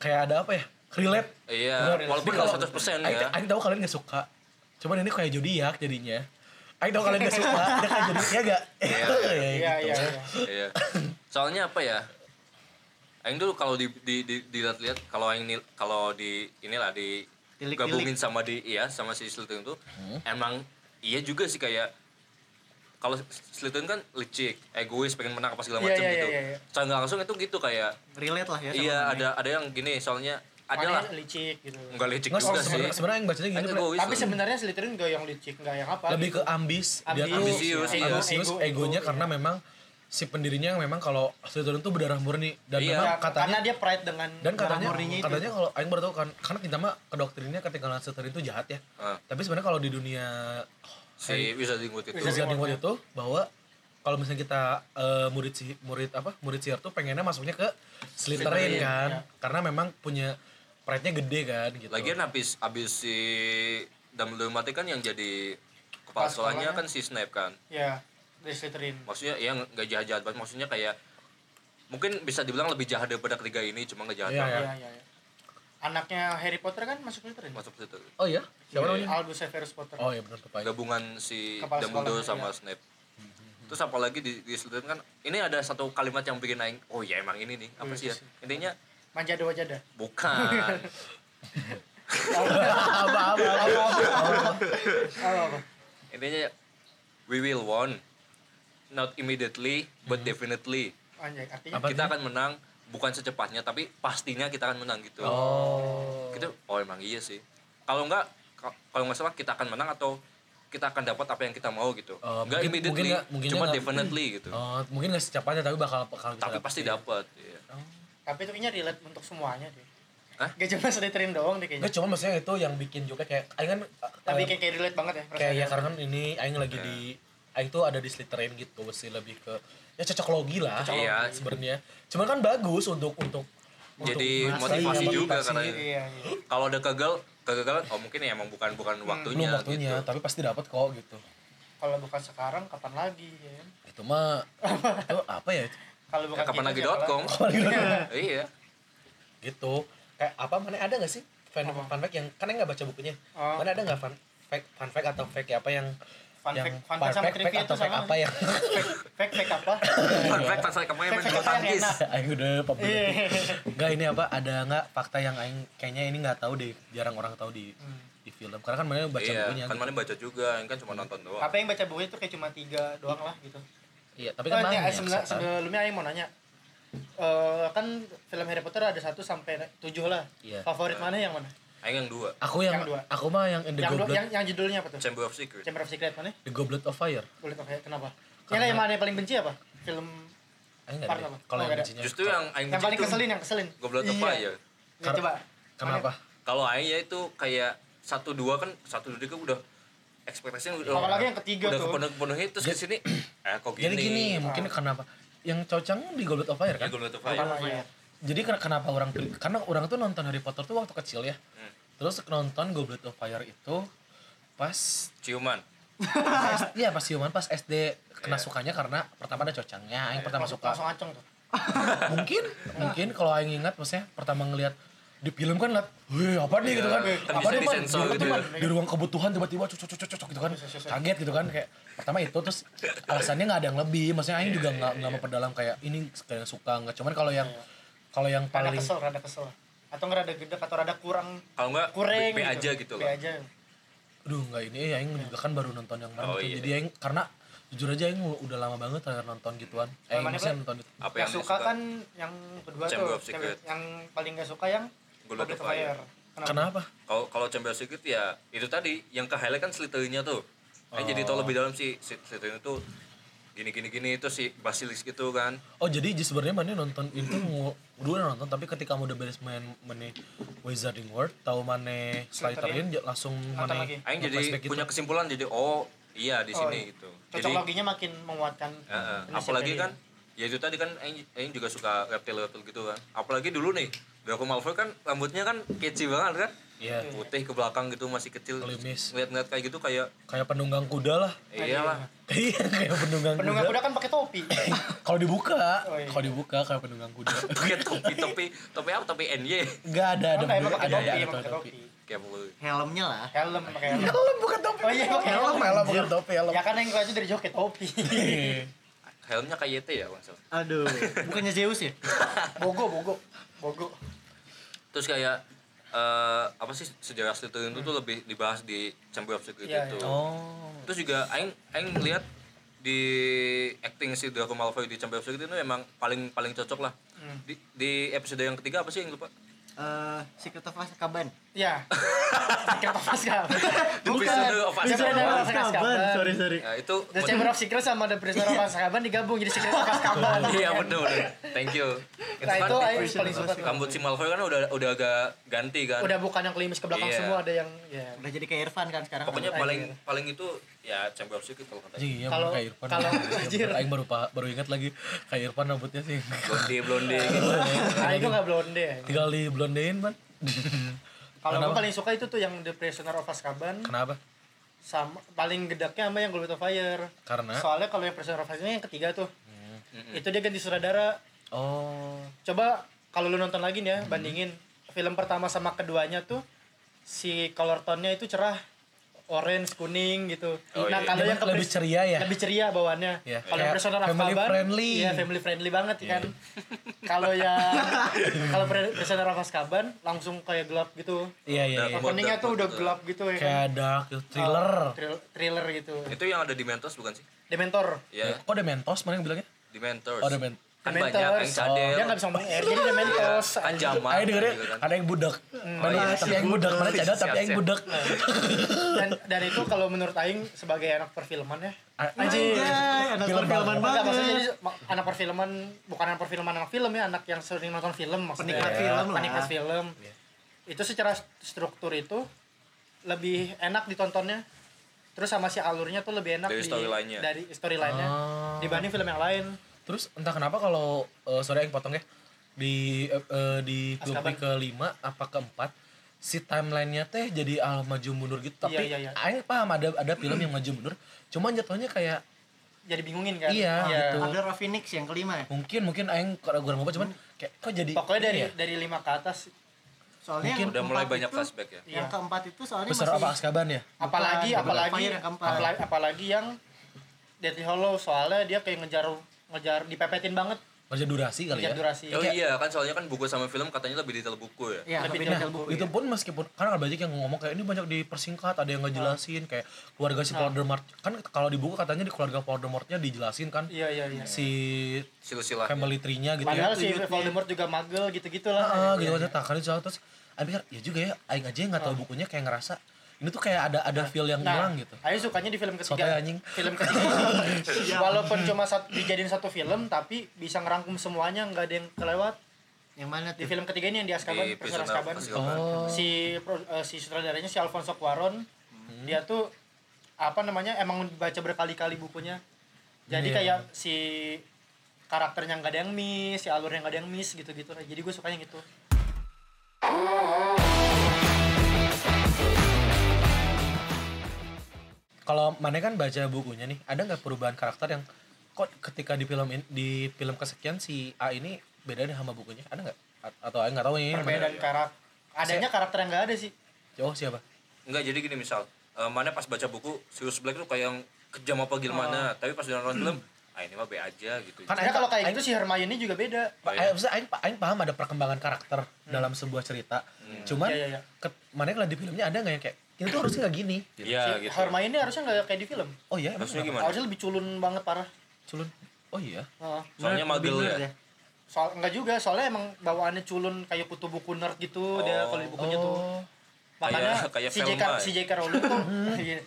Speaker 2: kayak ada apa ya relate
Speaker 1: Iya,
Speaker 2: Bener.
Speaker 1: walaupun
Speaker 2: Tapi
Speaker 1: nggak 100%
Speaker 2: kalau- Aing,
Speaker 1: ya.
Speaker 2: aing tahu kalian gak suka cuman ini kayak zodiak jadinya Aing tahu kalian gak suka dia kayak zodiak ya gak [LAUGHS]
Speaker 1: Iya.
Speaker 3: Iya,
Speaker 2: gitu.
Speaker 3: iya, iya.
Speaker 1: Iya. Soalnya apa ya? Aing dulu kalau di di di dilihat-lihat kalau aing nil- kalau di inilah di
Speaker 4: Tilik-tilik.
Speaker 1: gabungin sama di iya sama si Slytherin itu emang iya juga sih kayak kalau Slytherin kan licik, egois, pengen menang apa segala
Speaker 3: Iya,
Speaker 1: macam
Speaker 3: iya,
Speaker 1: gitu.
Speaker 3: iya, iya.
Speaker 1: Secara nggak langsung itu gitu kayak
Speaker 4: Relate lah ya. sama
Speaker 1: iya
Speaker 4: Maneh.
Speaker 1: ada ada yang gini soalnya ada
Speaker 3: Maneh
Speaker 1: lah
Speaker 3: licik gitu.
Speaker 1: nggak licik
Speaker 2: Nggak,
Speaker 1: juga sih.
Speaker 2: sebenarnya sebenarnya yang bacanya oh, gini
Speaker 1: Aing
Speaker 2: Ple.
Speaker 1: egois.
Speaker 3: Tapi
Speaker 1: loh.
Speaker 3: sebenarnya Slytherin gak yang licik, gak yang apa.
Speaker 2: lebih ke
Speaker 3: gitu.
Speaker 2: ambis dia tuh
Speaker 1: Ambisius, iya.
Speaker 2: ambisius,
Speaker 3: Ego,
Speaker 2: egonya
Speaker 3: ego,
Speaker 2: karena
Speaker 3: iya.
Speaker 2: memang si pendirinya yang memang kalau Slytherin tuh berdarah murni dan
Speaker 1: Iya.
Speaker 2: memang
Speaker 3: Ya,
Speaker 2: katanya
Speaker 3: karena dia pride dengan
Speaker 2: dan katanya
Speaker 4: murninya itu.
Speaker 2: katanya kalau aing baru tahu kan karena kita mah kedoktrinnya ketinggalan Slytherin itu jahat ya
Speaker 1: Ah,
Speaker 2: tapi sebenarnya kalau di dunia
Speaker 1: si Wizarding World itu.
Speaker 2: Wizarding World itu bahwa kalau misalnya kita eh, murid si murid apa murid sihir tuh pengennya masuknya ke Slytherin
Speaker 3: Slytherin,
Speaker 2: kan
Speaker 3: iya.
Speaker 2: karena memang punya pride-nya gede kan gitu
Speaker 1: Lagian habis habis si Dumbledore mati kan yang jadi kepala
Speaker 3: Kepala
Speaker 1: sekolahnya
Speaker 3: sekolahnya.
Speaker 1: kan si Snape kan.
Speaker 3: ya dari Slytherin.
Speaker 1: Maksudnya ya nggak jahat-jahat banget. Maksudnya kayak mungkin bisa dibilang lebih jahat daripada ketiga ini cuma nggak jahat.
Speaker 2: Iya,
Speaker 1: banget.
Speaker 2: Ya.
Speaker 3: Iya, iya, iya. Anaknya Harry Potter kan masuk Slytherin.
Speaker 1: Masuk ke situ.
Speaker 2: oh iya siapa
Speaker 1: Iya,
Speaker 2: namanya
Speaker 3: Albus Severus Potter.
Speaker 2: oh iya benar papa
Speaker 1: Gabungan si
Speaker 3: Kepala
Speaker 1: Dumbledore sama
Speaker 3: sekolahnya,
Speaker 1: Snape. Terus apalagi di, di Slytherin kan ini ada satu kalimat yang bikin aing oh ya emang ini nih apa sih ya intinya
Speaker 3: Manjada wajada.
Speaker 1: bukan
Speaker 2: [LAUGHS] apa apa apa
Speaker 3: Apa apa?
Speaker 1: intinya we will won not immediately but definitely
Speaker 3: Anjay, artinya
Speaker 2: Apa
Speaker 1: kita
Speaker 2: artinya?
Speaker 1: akan menang bukan secepatnya tapi pastinya kita akan menang gitu.
Speaker 2: Oh.
Speaker 1: Kita oh emang iya sih. Kalau enggak ka- kalau nggak salah kita akan menang atau kita akan dapat apa yang kita mau gitu.
Speaker 2: Oh,
Speaker 1: Enggak
Speaker 2: mungkin- mungkin
Speaker 1: immediately,
Speaker 2: nggak- mungkin
Speaker 1: cuma
Speaker 2: nggak-
Speaker 1: definitely gitu.
Speaker 2: Oh, mungkin nggak secepatnya tapi bakal bakal bisa
Speaker 1: tapi pasti dapat. Iya.
Speaker 3: tapi itu kayaknya relate untuk semuanya deh.
Speaker 1: Hah?
Speaker 3: Gak cuma Slytherin doang deh
Speaker 2: Nggak
Speaker 3: kayaknya.
Speaker 2: cuma maksudnya itu yang bikin juga kayak aing kan eh,
Speaker 3: Tapi
Speaker 2: eh,
Speaker 3: kayak, kayak relate banget ya
Speaker 2: kayak
Speaker 3: rasanya.
Speaker 2: ya karena kan ini aing lagi di
Speaker 1: Iya.
Speaker 2: aing tuh ada di Slytherin gitu sih lebih ke ya cocok logi lah
Speaker 1: Cocok Iya. logi.
Speaker 2: sebenarnya. Cuman kan bagus untuk untuk
Speaker 1: Jadi
Speaker 2: untuk
Speaker 1: motivasi
Speaker 2: menguasai,
Speaker 1: juga
Speaker 2: motivasi.
Speaker 1: karena
Speaker 3: Iya, iya.
Speaker 2: Oh.
Speaker 1: kalau ada gagal kegagalan oh mungkin ya emang bukan
Speaker 3: Hmm.
Speaker 1: bukan
Speaker 2: belum
Speaker 1: waktunya,
Speaker 2: waktunya
Speaker 1: gitu.
Speaker 2: tapi pasti dapat kok gitu.
Speaker 3: Kalau bukan sekarang kapan lagi ya? kan?
Speaker 2: Itu
Speaker 3: [LAUGHS]
Speaker 2: mah itu apa ya? itu?
Speaker 3: Kalau
Speaker 1: Ya,
Speaker 3: bukan
Speaker 1: kapan
Speaker 3: kita,
Speaker 1: lagi
Speaker 3: gitu siapa
Speaker 1: dot
Speaker 2: [LAUGHS]
Speaker 1: com? [LAUGHS] iya.
Speaker 2: Gitu. Kayak apa mana ada nggak sih fan
Speaker 3: Apa?
Speaker 2: fun fact yang kan aing nggak baca bukunya.
Speaker 3: Oh.
Speaker 2: Mana ada nggak fun fact fun fact atau fact apa yang
Speaker 3: Fun
Speaker 2: yang
Speaker 3: fact, fun fact sama
Speaker 2: fact, fact
Speaker 3: trivia itu
Speaker 2: atau fact
Speaker 3: sama.
Speaker 2: apa yang [LAUGHS]
Speaker 3: Fact, fact, fact apa?
Speaker 1: Fun fact pas saya Kan kemarin main
Speaker 3: Fact
Speaker 1: bulu
Speaker 3: apa yang
Speaker 1: tangkis.
Speaker 3: enak?
Speaker 2: Aing udah
Speaker 3: Iya.
Speaker 2: public. Enggak ini apa ada nggak fakta yang aing kayaknya ini nggak tahu deh, jarang orang tahu di
Speaker 3: Hmm.
Speaker 2: di film. Karena kan mana baca
Speaker 1: Iya,
Speaker 2: bukunya.
Speaker 1: kan
Speaker 2: gitu.
Speaker 1: mana baca juga, kan cuma nonton doang.
Speaker 3: Apa yang baca buku itu kayak cuma tiga doang lah gitu.
Speaker 2: Iya, tapi
Speaker 3: Oh,
Speaker 2: kan
Speaker 3: ini,
Speaker 1: ya?
Speaker 2: nanya.
Speaker 3: sebelum-
Speaker 2: setan.
Speaker 3: sebelumnya yang mau nanya. Eh, kan film Harry Potter ada 1 sampai 7 lah.
Speaker 2: Iya.
Speaker 3: Favorit mana yang mana?
Speaker 1: Aing yang dua
Speaker 2: Aku yang,
Speaker 3: Yang dua.
Speaker 2: aku mah yang in the
Speaker 3: Yang, dua-
Speaker 2: goblet,
Speaker 3: yang yang judulnya apa tuh?
Speaker 1: Chamber of Secret
Speaker 3: Chamber of Secret mana?
Speaker 2: the goblet of fire.
Speaker 3: Boleh tau kayak kenapa?
Speaker 2: Karena-
Speaker 3: Yang, yang mana yang paling benci apa? Film
Speaker 2: Aing nggak
Speaker 3: Part
Speaker 2: ada.
Speaker 3: apa?
Speaker 2: Kalau
Speaker 3: Oh,
Speaker 2: yang
Speaker 3: nggak ada.
Speaker 2: bencinya.
Speaker 1: justru yang Aing
Speaker 3: yang paling
Speaker 1: benci tuh
Speaker 3: keselin, yang keselin.
Speaker 1: Goblet of Fire
Speaker 3: Ya,
Speaker 2: Kar-
Speaker 3: coba.
Speaker 2: Kenapa?
Speaker 1: kalau Aing ya itu kayak satu dua kan satu dua tiga udah ekspektasinya udah
Speaker 3: Apalagi yang ketiga
Speaker 1: udah
Speaker 3: tuh.
Speaker 1: kepenuh kepenuhin terus
Speaker 2: Jadi-
Speaker 1: kesini [CLEARS THROAT] eh kok gini
Speaker 2: Jadi gini, mungkin
Speaker 3: Ah.
Speaker 2: kenapa yang cocang di Goblet of
Speaker 1: ya
Speaker 2: Fire kan?
Speaker 1: Goblet of
Speaker 3: Pertama
Speaker 1: Fire
Speaker 3: ya.
Speaker 2: Jadi ken- kenapa orang pilih- karena orang tuh nonton Harry Potter tuh waktu kecil ya.
Speaker 1: Hmm.
Speaker 2: Terus nonton Goblet of Fire itu pas [LAUGHS]
Speaker 1: ciuman
Speaker 2: iya pas siuman pas SD kena
Speaker 1: Iya.
Speaker 2: sukanya karena pertama ada cocangnya, yang pertama
Speaker 3: Langsung
Speaker 2: suka.
Speaker 3: langsung acung tuh.
Speaker 2: [LAUGHS] mungkin mungkin kalau aing ingat maksudnya pertama ngelihat di film kan lihat, wih apa nih gitu kan,
Speaker 1: Iya, kan
Speaker 2: apa
Speaker 1: bisa
Speaker 2: nih man,
Speaker 1: disensor
Speaker 2: Di-
Speaker 1: gitu
Speaker 2: man,
Speaker 1: ya.
Speaker 2: di ruang kebutuhan tiba-tiba cocok cocok cocok gitu kan, kaget gitu kan kayak pertama itu terus alasannya nggak ada yang lebih, maksudnya aing juga
Speaker 1: Iya,
Speaker 2: nggak nggak memperdalam kayak ini sekalian suka nggak, cuman kalau yang kalau yang
Speaker 3: Rada
Speaker 2: paling
Speaker 3: kesel, rada kesel. Atau nggak rada gede atau rada kurang
Speaker 1: kalau enggak
Speaker 3: kurang
Speaker 1: B aja gitu
Speaker 3: B
Speaker 1: loh
Speaker 3: aja.
Speaker 2: Aduh nggak ini ya, Aing juga kan baru nonton yang kemarin
Speaker 1: Oh,
Speaker 2: tuh.
Speaker 1: iya.
Speaker 2: Jadi Aing karena jujur aja Aing udah lama banget terakhir nonton gituan. Eh,
Speaker 3: Yang mana,
Speaker 2: maksudnya
Speaker 3: Pak?
Speaker 2: nonton itu.
Speaker 1: apa yang,
Speaker 3: yang suka kan yang kedua
Speaker 1: Chamber
Speaker 3: tuh
Speaker 1: of Secret.
Speaker 3: yang paling gak suka yang
Speaker 1: Goblet of Fire.
Speaker 2: Kenapa?
Speaker 1: kalau kalau Chamber of Secret ya itu tadi yang ke highlight kan slithernya tuh Aing jadi
Speaker 2: Oh.
Speaker 1: tau lebih dalam sih si- slithernya tuh gini gini gini itu si basilisk gitu kan
Speaker 2: Oh jadi jadi sebenarnya mana nonton itu mau dulu udah nonton tapi ketika mau udah beres main mana Wizarding World tahu mana Slytherin j- langsung mana
Speaker 3: lagi.
Speaker 1: Aing jadi
Speaker 2: nge-flashback gitu.
Speaker 1: punya kesimpulan jadi oh iya di
Speaker 3: Oh,
Speaker 1: sini
Speaker 3: iya.
Speaker 1: gitu
Speaker 3: Cocok
Speaker 1: jadi
Speaker 3: loginya makin menguatkan.
Speaker 1: Heeh,
Speaker 3: prinsip
Speaker 1: apalagi
Speaker 3: tadi.
Speaker 1: kan ya itu tadi kan Aing, Aing juga suka reptil-reptil gitu kan apalagi dulu nih Draco Malfoy kan rambutnya kan kecil banget kan
Speaker 2: Iya
Speaker 1: putih ke belakang gitu masih kecil
Speaker 2: Gelimis.
Speaker 1: ngeliat-ngeliat kayak gitu kayak
Speaker 2: kayak penunggang kuda lah. [LAUGHS]
Speaker 1: eh, iyalah
Speaker 2: Iya kayak penunggang,
Speaker 3: Penunggang
Speaker 2: kuda.
Speaker 3: kuda kan pakai topi.
Speaker 2: Kalau dibuka,
Speaker 3: Oh, iya.
Speaker 2: kalau dibuka kayak penunggang kuda.
Speaker 1: pakai topi topi topi apa topi NY
Speaker 2: Enggak ada ada
Speaker 3: Kan emang
Speaker 2: ada
Speaker 3: pakai
Speaker 2: ada
Speaker 3: topi, emang pakai
Speaker 2: iya, topi.
Speaker 3: topi.
Speaker 1: kayak mulu
Speaker 4: helmnya lah
Speaker 3: Helm pakai helm.
Speaker 2: Helm bukan topi.
Speaker 3: Oh, iya, pakai
Speaker 2: helm,
Speaker 3: helm.
Speaker 2: helm bukan topi, helm. [LAUGHS] Iya.
Speaker 3: Ya kan yang gua aja dari jauh kayak topi.
Speaker 1: helmnya kayak YT ya langsung
Speaker 4: aduh bukannya Zeus ya
Speaker 3: Bogo, bogo. Bogo.
Speaker 1: terus kayak eh, apa sih sejarah Slytherin itu tuh lebih dibahas di Chamber of Secret
Speaker 3: Iya,
Speaker 1: itu
Speaker 3: iya.
Speaker 2: Hmm. Oh.
Speaker 1: terus juga Aing Aing lihat di acting si Draco Malfoy di Chamber of Secret itu emang paling paling cocok lah
Speaker 3: Hmm.
Speaker 1: di, di episode yang ketiga apa sih yang lupa
Speaker 4: Eh, Secret of Azkaban
Speaker 3: Ya. Secret of Azkaban.
Speaker 1: Prisoner of Azkaban.
Speaker 3: Prisoner of Azkaban.
Speaker 4: sorry sorry
Speaker 1: ya itu
Speaker 3: The Chamber of Secret sama The Prisoner of Azkaban digabung jadi Secret of Azkaban.
Speaker 1: [LAUGHS] iya betul betul. thank you
Speaker 3: Nah, itu
Speaker 1: kan,
Speaker 3: Aing paling suka tuh.
Speaker 1: rambut si Malfoy kan udah udah agak ganti kan
Speaker 3: Udah bukan yang klimis ke belakang
Speaker 1: Iya.
Speaker 3: semua ada yang ya.
Speaker 4: udah jadi kayak Irfan kan sekarang
Speaker 1: pokoknya
Speaker 3: Aing
Speaker 1: paling
Speaker 3: iya.
Speaker 1: paling itu ya Chamber of Secret kalau kata
Speaker 2: Iya,
Speaker 3: Kalau-
Speaker 2: kalau kayak Irfan.
Speaker 3: kalau- [LAUGHS]
Speaker 2: Iya, bener. Aing baru pa- baru ingat lagi kayak Irfan rambutnya sih.
Speaker 1: blonde blonde gitu
Speaker 3: Nah, itu enggak blonde. ya.
Speaker 2: Tinggal di blondein, Man.
Speaker 3: Kalau
Speaker 2: Kenapa?
Speaker 3: gue paling suka itu tuh yang The Prisoner of Azkaban
Speaker 2: Kenapa?
Speaker 3: sama paling gedaknya sama yang Goblet of Fire.
Speaker 2: Karena
Speaker 3: Soalnya kalau yang Prisoner of Azkaban yang ketiga tuh.
Speaker 1: Hmm,
Speaker 3: Itu dia ganti sutradara.
Speaker 2: oh,
Speaker 3: Coba kalau lu nonton lagi nih ya,
Speaker 1: Hmm.
Speaker 3: bandingin film pertama sama keduanya tuh si color tone-nya itu cerah orange kuning gitu.
Speaker 1: Oh,
Speaker 3: nah
Speaker 1: iya.
Speaker 3: kalau
Speaker 2: Dia
Speaker 3: yang ke
Speaker 2: lebih
Speaker 3: Pris-
Speaker 2: ceria ya?
Speaker 3: Lebih ceria bawaannya.
Speaker 2: Iya.
Speaker 3: Kalau
Speaker 2: Kayak
Speaker 3: yang Prisoner of
Speaker 2: family
Speaker 3: Azkaban,
Speaker 2: friendly.
Speaker 3: Iya family friendly banget kan. kalau yang kalau Pri- Prisoner of Azkaban langsung kayak gelap gitu.
Speaker 2: iya iya. iya.
Speaker 1: Modern,
Speaker 3: Openingnya tuh udah
Speaker 1: modern.
Speaker 3: gelap gitu ya kan.
Speaker 2: Kayak dark gitu, thriller.
Speaker 3: Thriller, thriller gitu.
Speaker 1: itu yang ada di Mentos bukan sih
Speaker 3: Dementor.
Speaker 1: ya
Speaker 2: Iya. Kok ada Mentos mana yang bilangnya?
Speaker 1: di Mentos
Speaker 2: Oh, ada Mentos.
Speaker 1: kan banyak yang cadel
Speaker 3: Oh,
Speaker 1: Iya.
Speaker 3: Dia nggak bisa ngomong R,
Speaker 4: Iya.
Speaker 3: jadi Dementos.
Speaker 1: kan jaman
Speaker 2: Ayo dengerin,
Speaker 1: gitu kan.
Speaker 2: ada yang budak.
Speaker 3: Hmm.
Speaker 2: Mana
Speaker 1: iya.
Speaker 2: tapi yang budak, mana cadel tapi
Speaker 1: Siap,
Speaker 2: yang
Speaker 1: siap.
Speaker 2: budak.
Speaker 3: Dan dan itu kalau menurut Aing sebagai anak perfilman ya.
Speaker 2: A-
Speaker 3: Anjir.
Speaker 4: anak
Speaker 2: Iya, Film
Speaker 4: perfilman
Speaker 2: banget.
Speaker 3: Enggak,
Speaker 4: banget
Speaker 3: maksudnya jadi ma- anak perfilman bukan anak perfilman anak film ya anak yang sering nonton film maksudnya Iya,
Speaker 4: Penikmat film lah. ya. Iya.
Speaker 3: penikmat film itu secara st- struktur itu lebih enak ditontonnya terus sama si alurnya tuh lebih enak
Speaker 1: Dari
Speaker 3: di-
Speaker 1: storyline-nya.
Speaker 3: dari storyline-nya
Speaker 4: Oh.
Speaker 2: Ah.
Speaker 3: dibanding film yang lain
Speaker 2: Terus entah kenapa kalau eh, sorry yang potong ya di eh, eh, di film
Speaker 3: Azkaban.
Speaker 2: kelima apa keempat si timelinenya teh jadi al maju mundur gitu tapi
Speaker 3: Iya, iya, iya.
Speaker 2: Aing paham ada ada film yang maju mundur cuman jatuhnya kayak
Speaker 3: jadi bingungin kan
Speaker 2: Iya, gitu.
Speaker 4: Order of Phoenix yang kelima ya
Speaker 2: mungkin mungkin Aing kurang apa cuman kayak kok jadi
Speaker 3: pokoknya dari
Speaker 2: iya,
Speaker 3: dari lima ke atas
Speaker 4: soalnya
Speaker 2: Mungkin
Speaker 4: yang
Speaker 1: udah mulai
Speaker 4: keempat
Speaker 1: banyak
Speaker 4: itu-
Speaker 1: flashback ya
Speaker 4: yang
Speaker 3: Iya.
Speaker 4: keempat itu soalnya
Speaker 2: besar apa
Speaker 4: masih
Speaker 2: Azkaban ya
Speaker 3: apalagi
Speaker 4: Bukan,
Speaker 3: apalagi
Speaker 4: Fire yang keempat.
Speaker 3: apalagi, apalagi yang Deathly Hollow soalnya dia kayak ngejar ngejar dipepetin banget
Speaker 2: Maksudnya durasi kali
Speaker 3: Jam
Speaker 2: ya.
Speaker 3: durasi.
Speaker 1: Oh iya kan soalnya kan buku sama film katanya lebih detail buku ya.
Speaker 4: Iya,
Speaker 3: Lebih
Speaker 4: lebih
Speaker 3: detail
Speaker 4: detail buku.
Speaker 2: itu pun meskipun karena ada banyak yang ngomong kayak ini banyak dipersingkat ada yang nggak jelasin kayak keluarga
Speaker 3: Nah.
Speaker 2: si Voldemort kan kalau di buku katanya di keluarga Voldemortnya dijelasin kan
Speaker 3: Iya iya iya.
Speaker 2: si
Speaker 1: Silsilah.
Speaker 2: family tree-nya gitu ya
Speaker 3: Padahal si Voldemort juga magel gitu-gitu
Speaker 2: ah
Speaker 3: lah.
Speaker 2: gitu aja tak kan itu salah. terus Aing pikir ya juga ya Aing aja yang nggak
Speaker 3: Oh.
Speaker 2: tahu bukunya kayak ngerasa ini tuh kayak ada ada feel
Speaker 3: Nah.
Speaker 2: yang hilang gitu
Speaker 3: Ayo sukanya di film ketiga.
Speaker 2: Sotoy anjing.
Speaker 3: Film
Speaker 2: [LAUGHS]
Speaker 3: ketiga. Walaupun cuma sat- dijadiin satu film tapi bisa ngerangkum semuanya nggak ada yang kelewat.
Speaker 4: Yang mana
Speaker 3: Di
Speaker 4: tuh?
Speaker 3: film ketiga ini yang di Azkaban,
Speaker 1: Di Prisoner
Speaker 3: Prisoner Azkaban.
Speaker 1: Azkaban.
Speaker 2: Oh.
Speaker 3: Si pro- eh, si sutradaranya si Alfonso Cuarón.
Speaker 2: Hmm.
Speaker 3: Dia tuh apa namanya emang baca berkali-kali bukunya.
Speaker 2: Iya.
Speaker 3: Jadi kayak si karakternya nggak ada yang miss, si alurnya nggak ada yang miss gitu-gitu. Jadi gue sukanya gitu.
Speaker 2: kalau mana kan baca bukunya nih ada nggak perubahan karakter yang kok ketika di film in- di film kesekian si A ini beda nih sama bukunya ada nggak A- atau Aing nggak tahu ini
Speaker 3: Perbedaan karakter. Adanya karakter yang nggak ada sih.
Speaker 2: oh siapa
Speaker 1: Enggak jadi gini misal eh, mana pas baca buku Sirius Black tuh kayak yang kejam apa gimana tapi pas udah nonton film ah ini mah B aja gitu.
Speaker 2: Kan-
Speaker 3: Karena kalau kayak
Speaker 2: Aing-
Speaker 3: gitu Iya. si Hermione juga beda.
Speaker 1: Oh,
Speaker 2: Aing, maksudnya Aing, Aing paham ada perkembangan karakter dalam sebuah cerita. Cuman,
Speaker 3: Hmm. Iya, iya, iya.
Speaker 2: ke- mana kalau di filmnya ada nggak yang kayak, ini tuh harusnya nggak gini.
Speaker 1: Iya
Speaker 3: si
Speaker 1: gitu.
Speaker 3: Hermione harusnya nggak kayak di film.
Speaker 2: Oh iya, emang
Speaker 1: Maksudnya
Speaker 2: kenapa?
Speaker 1: gimana?
Speaker 3: Harusnya lebih culun banget parah.
Speaker 2: Culun. Oh iya.
Speaker 3: Heeh.
Speaker 1: Soalnya magel
Speaker 4: Bener
Speaker 1: ya.
Speaker 4: ya.
Speaker 3: Soal enggak juga, soalnya emang bawaannya culun kayak kutu buku nerd gitu dia kalau di bukunya tuh.
Speaker 2: Oh,
Speaker 3: Makanya
Speaker 1: Kayak- kayak
Speaker 3: si
Speaker 1: Velma
Speaker 3: JK
Speaker 1: ya.
Speaker 3: si JK Rowling tuh [LAUGHS] iya.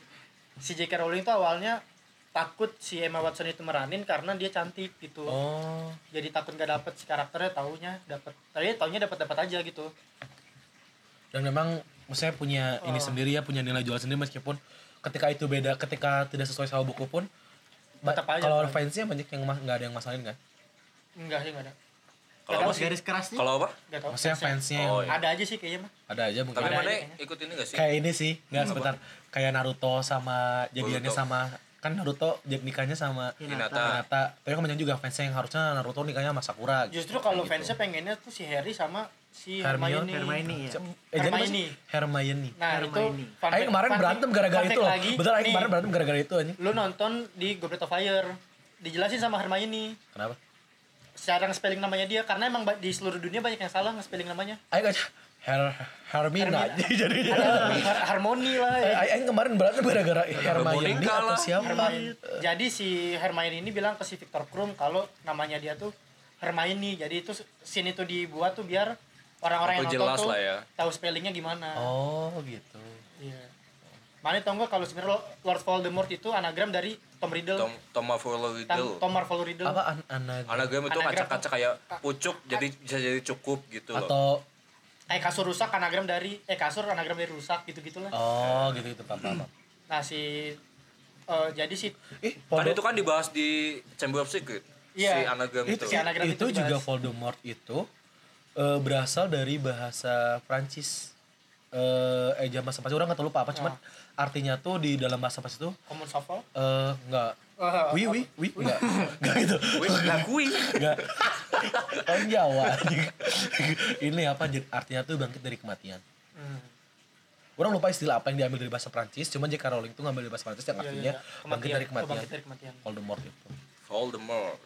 Speaker 3: si JK Rowling tuh awalnya takut si Emma Watson itu meranin karena dia cantik gitu.
Speaker 2: oh.
Speaker 3: Jadi takut gak dapet si karakternya taunya dapet. Tapi taunya dapat-dapat aja gitu.
Speaker 2: Dan memang, maksudnya punya ini
Speaker 3: Oh.
Speaker 2: sendiri ya, punya nilai jual sendiri meskipun ketika itu beda, ketika tidak sesuai sama buku pun, ba-
Speaker 3: Tetap aja,
Speaker 2: kalau
Speaker 3: kan?
Speaker 2: fansnya banyak yang ma- nggak ada yang masalahin kan?
Speaker 3: Enggak sih enggak ada.
Speaker 1: Kalau apa
Speaker 4: Garis,
Speaker 1: sih?
Speaker 4: garis kerasnya.
Speaker 1: Kalau apa?
Speaker 3: Enggak tahu.
Speaker 2: Maksudnya fansnya yang
Speaker 1: Oh, iya.
Speaker 3: Ada aja sih kayaknya mah.
Speaker 2: ada aja mungkin.
Speaker 1: Tapi
Speaker 3: Ada
Speaker 1: mana
Speaker 3: aja kayaknya.
Speaker 1: ikut ini gak sih?
Speaker 2: Kayak ini sih, nggak sebentar. Kayak Naruto sama jadiannya
Speaker 1: Boruto.
Speaker 2: sama kan Naruto jadi nikahnya sama
Speaker 1: Hinata.
Speaker 2: Hinata. Tapi kan banyak juga fansnya yang harusnya Naruto nikahnya sama Sakura. gitu.
Speaker 3: Justru
Speaker 2: Kayak
Speaker 3: kalau
Speaker 2: gitu.
Speaker 3: fansnya pengennya tuh si Harry sama si
Speaker 2: Hermione.
Speaker 3: Hermione.
Speaker 4: Hermione
Speaker 2: Eh,
Speaker 4: ya.
Speaker 2: jadi apa
Speaker 3: Hermione.
Speaker 2: sih? Hermione.
Speaker 3: Nah,
Speaker 4: Hermione.
Speaker 3: itu fun
Speaker 2: Aing
Speaker 3: fact-
Speaker 2: kemarin
Speaker 3: fun-
Speaker 2: berantem
Speaker 3: fun
Speaker 2: gara-gara
Speaker 3: fact
Speaker 2: itu loh.
Speaker 3: lagi.
Speaker 2: Betul, Aing
Speaker 3: Nih,
Speaker 2: kemarin berantem gara-gara itu anjing.
Speaker 3: Lu nonton di Goblet of Fire. Dijelasin sama Hermione
Speaker 2: Kenapa?
Speaker 3: secara spelling namanya dia karena emang ba- di seluruh dunia banyak yang salah nge-spelling namanya.
Speaker 2: Aing aja Her Hermina
Speaker 3: Hermina.
Speaker 2: jadi [LAUGHS] jadinya.
Speaker 3: Har- Harmoni lah ya.
Speaker 2: Aing Aing kemarin berantem gara-gara Hermione
Speaker 1: Monica
Speaker 2: atau
Speaker 1: lah.
Speaker 2: siapa?
Speaker 3: Hermione. Jadi si Hermione ini bilang ke si Victor Krum kalau namanya dia tuh Hermione. Jadi itu scene itu dibuat tuh biar orang-orang yang
Speaker 1: Atau
Speaker 3: nonton
Speaker 1: jelas
Speaker 3: tuh
Speaker 1: lah ya.
Speaker 3: tahu spellingnya gimana.
Speaker 2: Oh, gitu.
Speaker 3: Iya. Mana tau gak kalau sebenarnya Lo- Lord Voldemort itu anagram dari Tom Riddle.
Speaker 1: Tom Tom gitu. Marvolo
Speaker 3: Tom,
Speaker 1: itu.
Speaker 3: Tom Marvolo Riddle.
Speaker 2: Apa an anak
Speaker 1: Anagram itu
Speaker 3: Anagram.
Speaker 1: acak-acak kayak pucuk jadi bisa jadi cukup gitu loh.
Speaker 2: atau
Speaker 3: Kayak Eh, kasur rusak anagram dari eh kasur anagram dari rusak gitu-gitulah.
Speaker 2: oh gitu gitu paham paham.
Speaker 3: Nah si eh, jadi si
Speaker 2: Eh,
Speaker 1: Kan
Speaker 2: Voldemort-
Speaker 1: itu kan dibahas di Chamber of Secret. Si
Speaker 3: Iya.
Speaker 1: anagram gitu. itu.
Speaker 2: itu,
Speaker 3: Si anagram
Speaker 2: itu
Speaker 3: itu dibahas.
Speaker 2: juga Voldemort itu eh, berasal dari bahasa Prancis Eh, eh jam bahasa Prancis orang nggak tahu lupa apa cuman artinya tuh di dalam bahasa Prancis itu
Speaker 3: common shuffle.
Speaker 2: eh nggak
Speaker 3: Eh,
Speaker 2: wi wi wi nggak nggak gitu
Speaker 1: Wih, ngakui.
Speaker 2: nggak orang Jawa [LAUGHS] anjing. ini apa jadi artinya tuh bangkit dari kematian
Speaker 3: Hmm.
Speaker 2: orang lupa istilah apa yang diambil dari bahasa Prancis cuman J.K. Rowling tuh ngambil dari bahasa Prancis yang
Speaker 3: Iya,
Speaker 2: artinya
Speaker 3: iya, iya.
Speaker 2: bangkit dari
Speaker 3: Kematian.
Speaker 2: kematian
Speaker 3: Bangkit dari kematian.
Speaker 2: Voldemort itu
Speaker 1: Voldemort.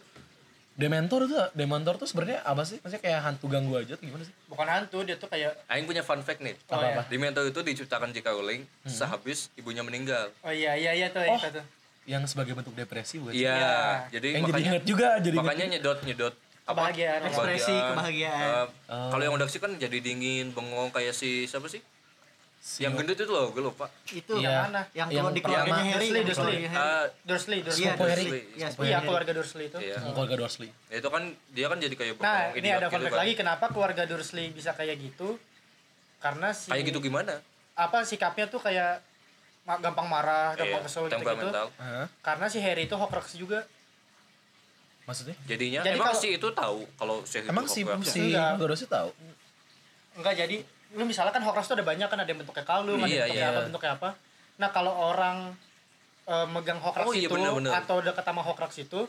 Speaker 2: Dementor tuh Dementor tuh sebenarnya apa sih maksudnya kayak hantu ganggu aja atau gimana sih
Speaker 3: Bukan hantu, dia tuh kayak
Speaker 1: Aing punya fun fact nih.
Speaker 3: oh
Speaker 2: Apa-apa?
Speaker 3: ya.
Speaker 1: Dementor itu diciptakan J.K. Rowling
Speaker 2: Hmm.
Speaker 1: sehabis ibunya meninggal.
Speaker 3: Oh iya iya iya tuh
Speaker 2: Oh.
Speaker 3: itu tuh.
Speaker 2: yang sebagai bentuk depresi buat
Speaker 1: Iya,
Speaker 3: Iya.
Speaker 1: jadi
Speaker 2: yang jadi
Speaker 1: makanya
Speaker 2: inget juga jadi inget.
Speaker 1: makanya nyedot nyedot
Speaker 3: Kebahagiaan.
Speaker 4: Ekspresi kebahagiaan.
Speaker 1: Eh,
Speaker 2: Oh.
Speaker 1: Kalau yang udaksi kan jadi dingin, bengong kayak si siapa sih? yang gendut itu loh, gue lupa.
Speaker 4: Itu
Speaker 2: Iya.
Speaker 4: yang mana? Yang
Speaker 2: Yang-
Speaker 4: kalau di keluarganya
Speaker 3: yang-
Speaker 4: Harry,
Speaker 3: Dursley,
Speaker 4: yang di
Speaker 3: Dursley.
Speaker 4: keluarganya Harry.
Speaker 1: Eh,
Speaker 3: Dursley, Dursley.
Speaker 4: Iya,
Speaker 2: Sepupu Harry.
Speaker 1: Dursley.
Speaker 4: Iya, sepupu
Speaker 3: Iya,
Speaker 4: Harry.
Speaker 3: keluarga Dursley itu.
Speaker 1: Iya.
Speaker 2: Yang keluarga Dursley
Speaker 1: Ya, itu kan dia kan jadi kayak bengong,
Speaker 3: Nah, ini
Speaker 1: idiot
Speaker 3: ada fun
Speaker 1: gitu
Speaker 3: fact
Speaker 1: kan.
Speaker 3: lagi kenapa keluarga Dursley bisa kayak gitu? Karena si
Speaker 1: Kayak gitu gimana?
Speaker 3: apa sikapnya tuh kayak ma- gampang marah, gampang kesel gitu-gitu.
Speaker 1: Iya, temperamental.
Speaker 2: Hah?
Speaker 3: Karena si Harry itu Horcrux juga.
Speaker 2: maksudnya
Speaker 1: Jadinya
Speaker 3: Jadi
Speaker 1: emang
Speaker 3: kalau-
Speaker 1: si itu tahu kalau si itu
Speaker 2: emang si
Speaker 1: Hogwarts.
Speaker 2: si
Speaker 3: Enggak.
Speaker 2: keluarga Dursley tahu
Speaker 3: Enggak jadi lu misalnya kan Horcrux tuh ada banyak kan ada yang bentuknya kalung, ada
Speaker 1: Iya,
Speaker 3: yang bentuknya
Speaker 1: iya.
Speaker 3: apa, bentuknya apa. Nah, kalau orang eh, megang Horcrux
Speaker 1: Oh, iya,
Speaker 3: itu
Speaker 1: bener-bener.
Speaker 3: atau dekat sama Horcrux itu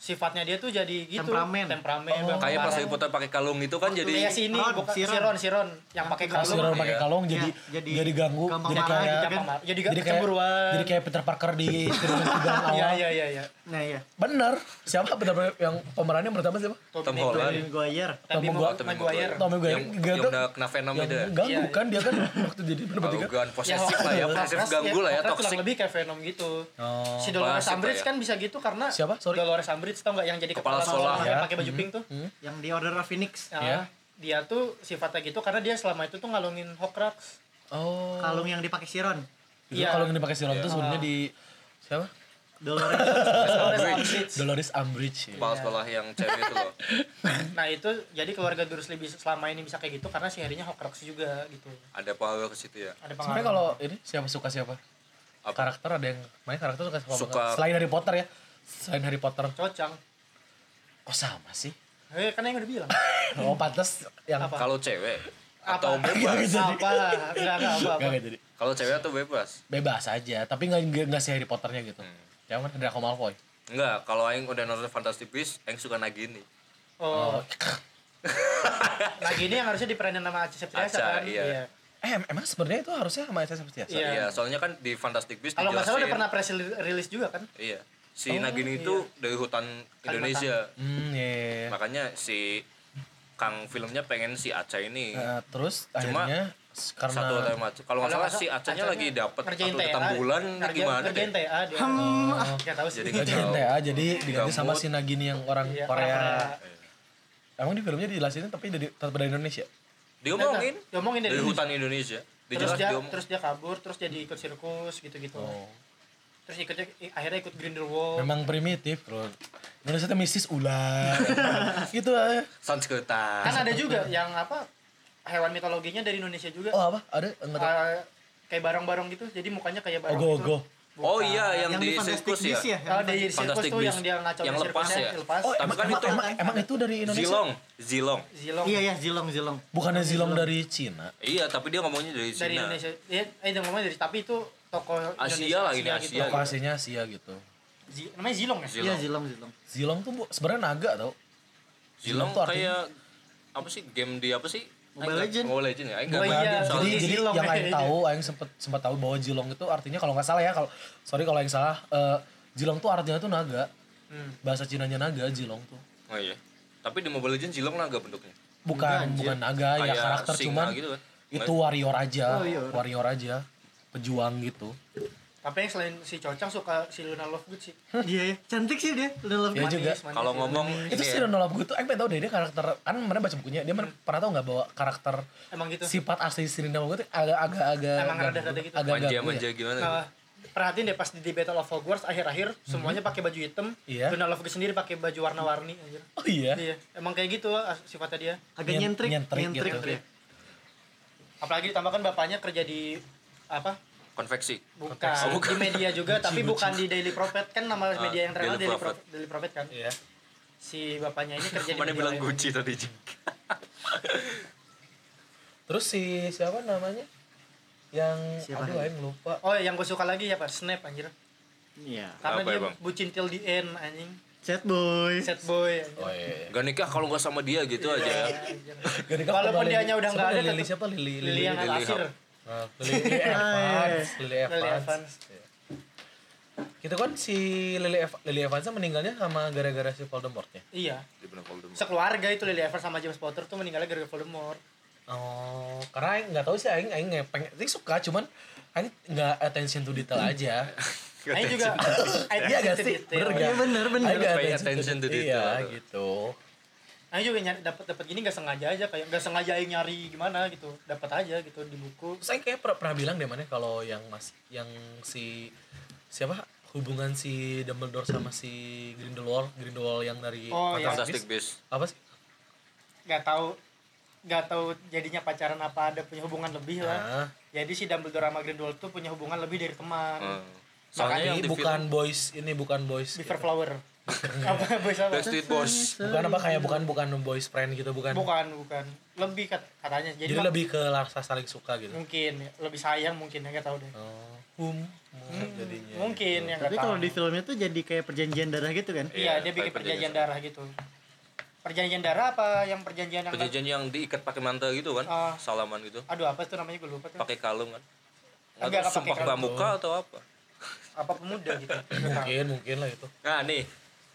Speaker 3: sifatnya dia tuh jadi gitu
Speaker 4: Temperamen.
Speaker 3: temperamen
Speaker 1: Kayak pas
Speaker 2: Oh.
Speaker 3: baper-baperan.
Speaker 1: Harry Potter pakai kalung itu kan
Speaker 3: Kayak
Speaker 1: jadi
Speaker 3: ya si ini
Speaker 4: Ron,
Speaker 3: bukan
Speaker 4: si
Speaker 3: si
Speaker 4: Ron.
Speaker 3: Ron, si Ron yang pakai
Speaker 4: Kalau
Speaker 2: si
Speaker 3: kalung.
Speaker 2: orang pakai
Speaker 1: Iya.
Speaker 2: kalung jadi
Speaker 4: Iya, jadi
Speaker 2: jadi ganggu
Speaker 4: gampang
Speaker 2: jadi
Speaker 4: marah,
Speaker 2: kayak
Speaker 4: jadi gampang
Speaker 3: marah. Jadi
Speaker 2: kan jadi kayak
Speaker 3: kecemburuan.
Speaker 2: jadi kayak Peter Parker
Speaker 3: [LAUGHS]
Speaker 2: di Spider-Man tigaan awal
Speaker 3: Iya, iya, iya, iya.
Speaker 4: Nah ya.
Speaker 2: bener siapa benar-benar yang pemerannya pertama siapa
Speaker 1: Tom Holland.
Speaker 4: Gue ayer.
Speaker 3: Tapi
Speaker 2: Tom
Speaker 3: mau
Speaker 2: Gua-
Speaker 1: ya.
Speaker 3: Maguire. Ya,
Speaker 2: Tom Maguire.
Speaker 1: Yang,
Speaker 2: Gak
Speaker 1: yang
Speaker 2: ada-
Speaker 1: udah kena Venom
Speaker 2: yang
Speaker 1: itu. ya.
Speaker 2: ganggu
Speaker 3: Iya.
Speaker 2: kan dia kan [LAUGHS] waktu jadi nomor tiga
Speaker 1: Gangguan posesif lah ya, posesif
Speaker 3: Keras,
Speaker 1: ganggu lah ya,
Speaker 3: Keras
Speaker 1: toxic.
Speaker 3: kurang lebih kayak Venom gitu.
Speaker 2: Oh.
Speaker 3: si Dolores
Speaker 1: Parasite lah
Speaker 3: Umbridge
Speaker 1: ya.
Speaker 3: kan bisa gitu karena
Speaker 2: Siapa? Sorry.
Speaker 3: Dolores Umbridge tau nggak yang jadi
Speaker 1: Kepala
Speaker 3: kepala,
Speaker 1: sekolah,
Speaker 3: sekolah yang
Speaker 2: ya.
Speaker 3: pakai baju pink tuh.
Speaker 4: Yang di Order of Phoenix.
Speaker 3: Nah,
Speaker 2: Iya.
Speaker 3: dia tuh sifatnya gitu karena dia selama itu tuh ngalungin Horcrux.
Speaker 2: oh
Speaker 4: Kalung yang dipakai Siron.
Speaker 2: Itu
Speaker 3: Iya.
Speaker 2: kalau yang dipakai si Ron
Speaker 1: Iya.
Speaker 2: itu sebenarnya di siapa
Speaker 3: [LAUGHS]
Speaker 4: Dolores.
Speaker 3: Dolores Umbridge.
Speaker 2: Dolores Umbridge ya.
Speaker 1: Kepala sekolah yang cewek itu loh.
Speaker 3: Nah, itu jadi keluarga Dursley bisa, selama ini bisa kayak gitu karena si Harry-nya Horcrux juga gitu.
Speaker 1: Ada power ke situ ya.
Speaker 3: Ada
Speaker 2: sebenarnya
Speaker 3: pengaruh.
Speaker 2: kalau ini siapa suka siapa
Speaker 1: Apa?
Speaker 2: karakter ada yang main karakter suka siapa
Speaker 1: Suka.
Speaker 2: banget? selain Harry Potter ya selain Harry Potter
Speaker 3: Cocang.
Speaker 2: kok sama sih
Speaker 3: Eh, kan yang udah bilang.
Speaker 2: oh pantas yang
Speaker 3: Apa?
Speaker 1: Kalau cewek [LAUGHS]
Speaker 3: Apa?
Speaker 1: atau bebas.
Speaker 3: apa lah, enggak enggak apa-apa.
Speaker 2: Gak, gak jadi
Speaker 1: Kalau cewek atau bebas.
Speaker 2: bebas aja tapi nggak nggak- nggak si Harry Potternya gitu Jangan kan Draco Malfoy
Speaker 1: Enggak, kalau aing udah nonton Fantastic Beasts, aing suka Nagini.
Speaker 3: Oh, nah gini yang harusnya diperanin sama Aci Septriasa
Speaker 1: Aca,
Speaker 3: kan?
Speaker 1: iya.
Speaker 2: eh em- emang sebenarnya itu harusnya sama saya seperti biasa
Speaker 3: Iya.
Speaker 1: Iya, soalnya kan di Fantastic Beasts
Speaker 3: Kalau nggak salah udah
Speaker 1: dijelasin-
Speaker 3: pernah press rilis juga kan?
Speaker 1: Iya. Si Nagini itu dari hutan Indonesia.
Speaker 2: hmm iya, iya, iya.
Speaker 1: Makanya si Kang filmnya pengen si Aca ini.
Speaker 2: Nah, terus
Speaker 1: Cuma
Speaker 2: akhirnya s- karena
Speaker 1: satu atau lima Aca. Iya, Kalau nggak salah si Acanya lagi dapat
Speaker 3: ngerjain
Speaker 1: satu datang
Speaker 3: TA,
Speaker 1: bulan
Speaker 3: ngerjain-
Speaker 1: gimana
Speaker 3: Ngerjain
Speaker 1: deh.
Speaker 3: TA dia. Hmm, Nggak tahu sih.
Speaker 1: Jadi
Speaker 2: Nggak jadi
Speaker 1: kacau.
Speaker 2: TA, jadi diganti sama
Speaker 1: Gambut.
Speaker 2: si Nagini yang orang
Speaker 3: Iya,
Speaker 2: Korea.
Speaker 3: orang
Speaker 2: Emang di filmnya dijelasin tapi dari tetap dari Indonesia.
Speaker 1: Diomongin
Speaker 3: Diomongin dari
Speaker 1: dari hutan Indonesia.
Speaker 3: Terus
Speaker 1: Dijelas
Speaker 3: dia
Speaker 1: diomong. Oh.
Speaker 3: terus dia kabur, terus jadi ikut sirkus gitu-gitu. Terus ikutnya akhirnya ikut Grindelwald.
Speaker 2: Memang primitif, bro. Indonesia tuh mistis ular. gitu aja.
Speaker 1: Sanskerta.
Speaker 3: Kan ada juga yang apa hewan mitologinya dari Indonesia juga.
Speaker 2: Oh, apa? Ada enggak tahu.
Speaker 3: Eh, kayak barong-barong gitu, jadi mukanya kayak barong. gitu.
Speaker 2: Ogo-ogo.
Speaker 1: Oh iya, yang, di
Speaker 4: Fantastic
Speaker 1: sirkus ya.
Speaker 4: Beasts ya.
Speaker 3: Oh, di sirkus
Speaker 1: Fantastic
Speaker 3: tuh yang
Speaker 1: Beasts.
Speaker 3: dia ngaco
Speaker 1: Yang lepas ya?
Speaker 3: lepas.
Speaker 2: Oh,
Speaker 1: Tapi
Speaker 2: emang,
Speaker 1: kan
Speaker 2: emang,
Speaker 1: itu-
Speaker 2: emang, emang itu dari Indonesia.
Speaker 1: Zilong, Zilong.
Speaker 3: Zilong.
Speaker 4: Iya ya, Zilong Zilong.
Speaker 2: Bukannya Zilong dari Cina.
Speaker 1: Iya, tapi dia ngomongnya dari
Speaker 3: dari
Speaker 1: Cina.
Speaker 3: Indonesia. Iya, eh dia ngomongnya dari tapi itu toko Indonesia,
Speaker 1: lah ini,
Speaker 3: gitu.
Speaker 1: Asia.
Speaker 2: Toko Asianya Asia gitu.
Speaker 3: Zi- namanya Zilong ya?
Speaker 4: Iya
Speaker 1: Zilong.
Speaker 4: Zilong Zilong.
Speaker 2: Zilong tuh bu, sebenarnya naga tau.
Speaker 1: Zilong
Speaker 2: tuh artinya-
Speaker 1: kayak apa sih game di apa sih?
Speaker 4: Mobile
Speaker 1: Aing-
Speaker 4: Legend.
Speaker 1: Mobile Legend ya. Aing
Speaker 3: Oh
Speaker 1: nggak main
Speaker 3: iya,
Speaker 1: game
Speaker 2: jadi
Speaker 1: soalnya.
Speaker 2: jadi
Speaker 3: Zilong
Speaker 2: yang aing
Speaker 3: kayaknya.
Speaker 2: tahu aing sempet sempat tahu bahwa Zilong itu artinya kalau nggak salah ya kalau sorry kalau aing salah eh, Zilong tuh artinya tuh naga
Speaker 3: Hmm.
Speaker 2: bahasa Cinanya naga Zilong tuh
Speaker 1: Oh iya. Tapi di Mobile Legend Zilong naga bentuknya.
Speaker 2: bukan bukan naga ya
Speaker 1: Kayak
Speaker 2: karakter
Speaker 1: singa
Speaker 2: cuman
Speaker 1: gitu kan.
Speaker 2: itu warrior aja
Speaker 4: Oh, iya.
Speaker 2: warrior aja pejuang gitu
Speaker 3: Tapi yang selain si Cocang suka si Luna Lovegood sih.
Speaker 4: Iya ya, cantik sih dia.
Speaker 2: Iya
Speaker 4: Luna Lovegood.
Speaker 2: juga
Speaker 3: Manis, gitu. manis.
Speaker 1: Kalau ngomong
Speaker 2: itu
Speaker 1: ini
Speaker 2: sih
Speaker 1: ya,
Speaker 2: Ronald Lovegood tuh aing pengen tahu deh dia karakter kan mana baca bukunya dia mana- pernah tahu nggak bahwa karakter
Speaker 3: Emang gitu.
Speaker 2: sifat asli Sirina Lovegood tuh agak agak agak
Speaker 3: Emang
Speaker 2: agak-
Speaker 3: rada-rada gitu.
Speaker 2: agak agak
Speaker 1: manja-manja gimana?
Speaker 3: Nah, perhatiin deh pas di The Battle of Hogwarts akhir-akhir semuanya pakai baju hitam.
Speaker 2: Mhm. Iya.
Speaker 3: Luna Lovegood sendiri pakai baju warna-warni anjir.
Speaker 2: oh iya
Speaker 3: Iya, emang kayak gitu ah, sifatnya dia.
Speaker 4: Agak
Speaker 2: Nyen-
Speaker 4: nyentrik,
Speaker 2: nyentrik
Speaker 4: nyentrik.
Speaker 2: gitu.
Speaker 4: dia.
Speaker 3: Apalagi ditambahkan bapaknya kerja di apa?
Speaker 1: konveksi.
Speaker 3: Bukan,
Speaker 1: Oh, bukan.
Speaker 3: di media
Speaker 1: [LAUGHS]
Speaker 3: juga tapi bukan di Daily Prophet kan nama
Speaker 1: Ah,
Speaker 3: media yang terkenal
Speaker 1: Daily
Speaker 3: Daily,
Speaker 1: Prophet.
Speaker 3: Pro- Daily Prophet kan. Si bapaknya ini kerja di
Speaker 1: Mana
Speaker 3: media
Speaker 1: bilang
Speaker 3: lain.
Speaker 1: Gucci tadi. Jing?
Speaker 2: terus si siapa namanya yang
Speaker 4: Siapa
Speaker 2: aduh
Speaker 4: ini?
Speaker 2: aing lupa
Speaker 3: Oh, yang gue suka lagi ya Pak, Snap anjir.
Speaker 4: Iya.
Speaker 3: Karena
Speaker 1: Apa ya,
Speaker 3: dia
Speaker 1: Bang?
Speaker 3: bucin till the end anjing.
Speaker 4: Sad boy.
Speaker 3: Set boy. anjir.
Speaker 2: oh iya [LAUGHS]
Speaker 1: Gak nikah kalau nggak sama dia gitu aja ya.
Speaker 3: Anjir.
Speaker 2: Gak dikasih
Speaker 3: Walaupun
Speaker 2: sama
Speaker 3: dia
Speaker 2: Lili-
Speaker 3: nya udah
Speaker 2: sama
Speaker 3: nggak ada,
Speaker 2: Lili
Speaker 3: tetep-
Speaker 2: siapa Lili
Speaker 3: Lili yang
Speaker 1: Lily
Speaker 3: asir.
Speaker 1: Hub.
Speaker 2: Nah, [LAUGHS] Lili Evans Lili
Speaker 3: Lily
Speaker 2: Evans
Speaker 3: Evans.
Speaker 2: gitu kan si Lili Ev- Lily Evans meninggalnya sama gara-gara si Voldemortnya
Speaker 3: Iya.
Speaker 1: Di benar Voldemort.
Speaker 3: Sekeluarga itu Lily Evans sama James Potter tuh meninggalnya gara-gara Voldemort.
Speaker 2: oh karena aing nggak tahu sih aing aing nggak pengen aing suka cuman aing nggak attention to detail [LAUGHS] aja
Speaker 3: Ini
Speaker 1: [LAUGHS]
Speaker 3: juga
Speaker 2: iya gak sih bener
Speaker 3: Bener
Speaker 2: gak
Speaker 4: bener, bener.
Speaker 2: Aing nggak
Speaker 1: Pay attention to detail.
Speaker 2: iya gitu
Speaker 3: Aing Nah, juga nyari dapat dapat gini gak sengaja aja kayak gak sengaja aing nyari gimana gitu. Dapat aja gitu di buku.
Speaker 2: saya kayak pernah, pernah bilang deh mana kalau yang mas yang si siapa hubungan si Dumbledore sama si Grindelwald Grindelwald yang dari
Speaker 3: Oh, iya.
Speaker 1: Fantastic Beasts.
Speaker 2: apa sih
Speaker 3: Gak tahu gak tahu jadinya pacaran apa ada punya hubungan lebih lah.
Speaker 2: nah,
Speaker 3: Jadi si Dumbledore sama Grindelwald tuh punya hubungan lebih dari teman.
Speaker 1: Hmm.
Speaker 2: soalnya
Speaker 1: Soalnya yang di
Speaker 2: bukan
Speaker 1: film
Speaker 2: boys gitu. ini bukan boys
Speaker 3: Beaver Flower. apa boys apa
Speaker 1: Backstreet Boys.
Speaker 2: Bukan apa kayak bukan bukan boys friend gitu bukan.
Speaker 3: bukan bukan lebih kat- katanya
Speaker 2: Jadi
Speaker 3: jadi, mak-
Speaker 2: lebih ke rasa saling suka gitu.
Speaker 3: mungkin lebih sayang mungkin ya nggak tahu deh
Speaker 2: Oh, hum,
Speaker 3: Hmm,
Speaker 2: jadinya.
Speaker 3: mungkin yang nggak
Speaker 4: Tapi
Speaker 3: tahu
Speaker 4: kalau di filmnya tuh jadi kayak perjanjian darah gitu kan?
Speaker 1: Iya,
Speaker 3: iya dia bikin
Speaker 1: kayak perjanjian
Speaker 3: perjanjian darah gitu perjanjian darah apa yang perjanjian yang
Speaker 1: Perjanjian yang diikat pakai mantel gitu kan,
Speaker 3: Ah.
Speaker 1: salaman gitu,
Speaker 3: aduh apa itu namanya gue lupa tuh
Speaker 1: pakai kalung kan.
Speaker 3: Enggak,
Speaker 1: Enggak
Speaker 3: enggak
Speaker 1: tahu
Speaker 3: pakai
Speaker 1: sumpah
Speaker 3: kalung.
Speaker 1: pramuka atau apa.
Speaker 3: apa pemuda gitu
Speaker 2: Mungkin mungkin lah itu.
Speaker 1: Nah nih,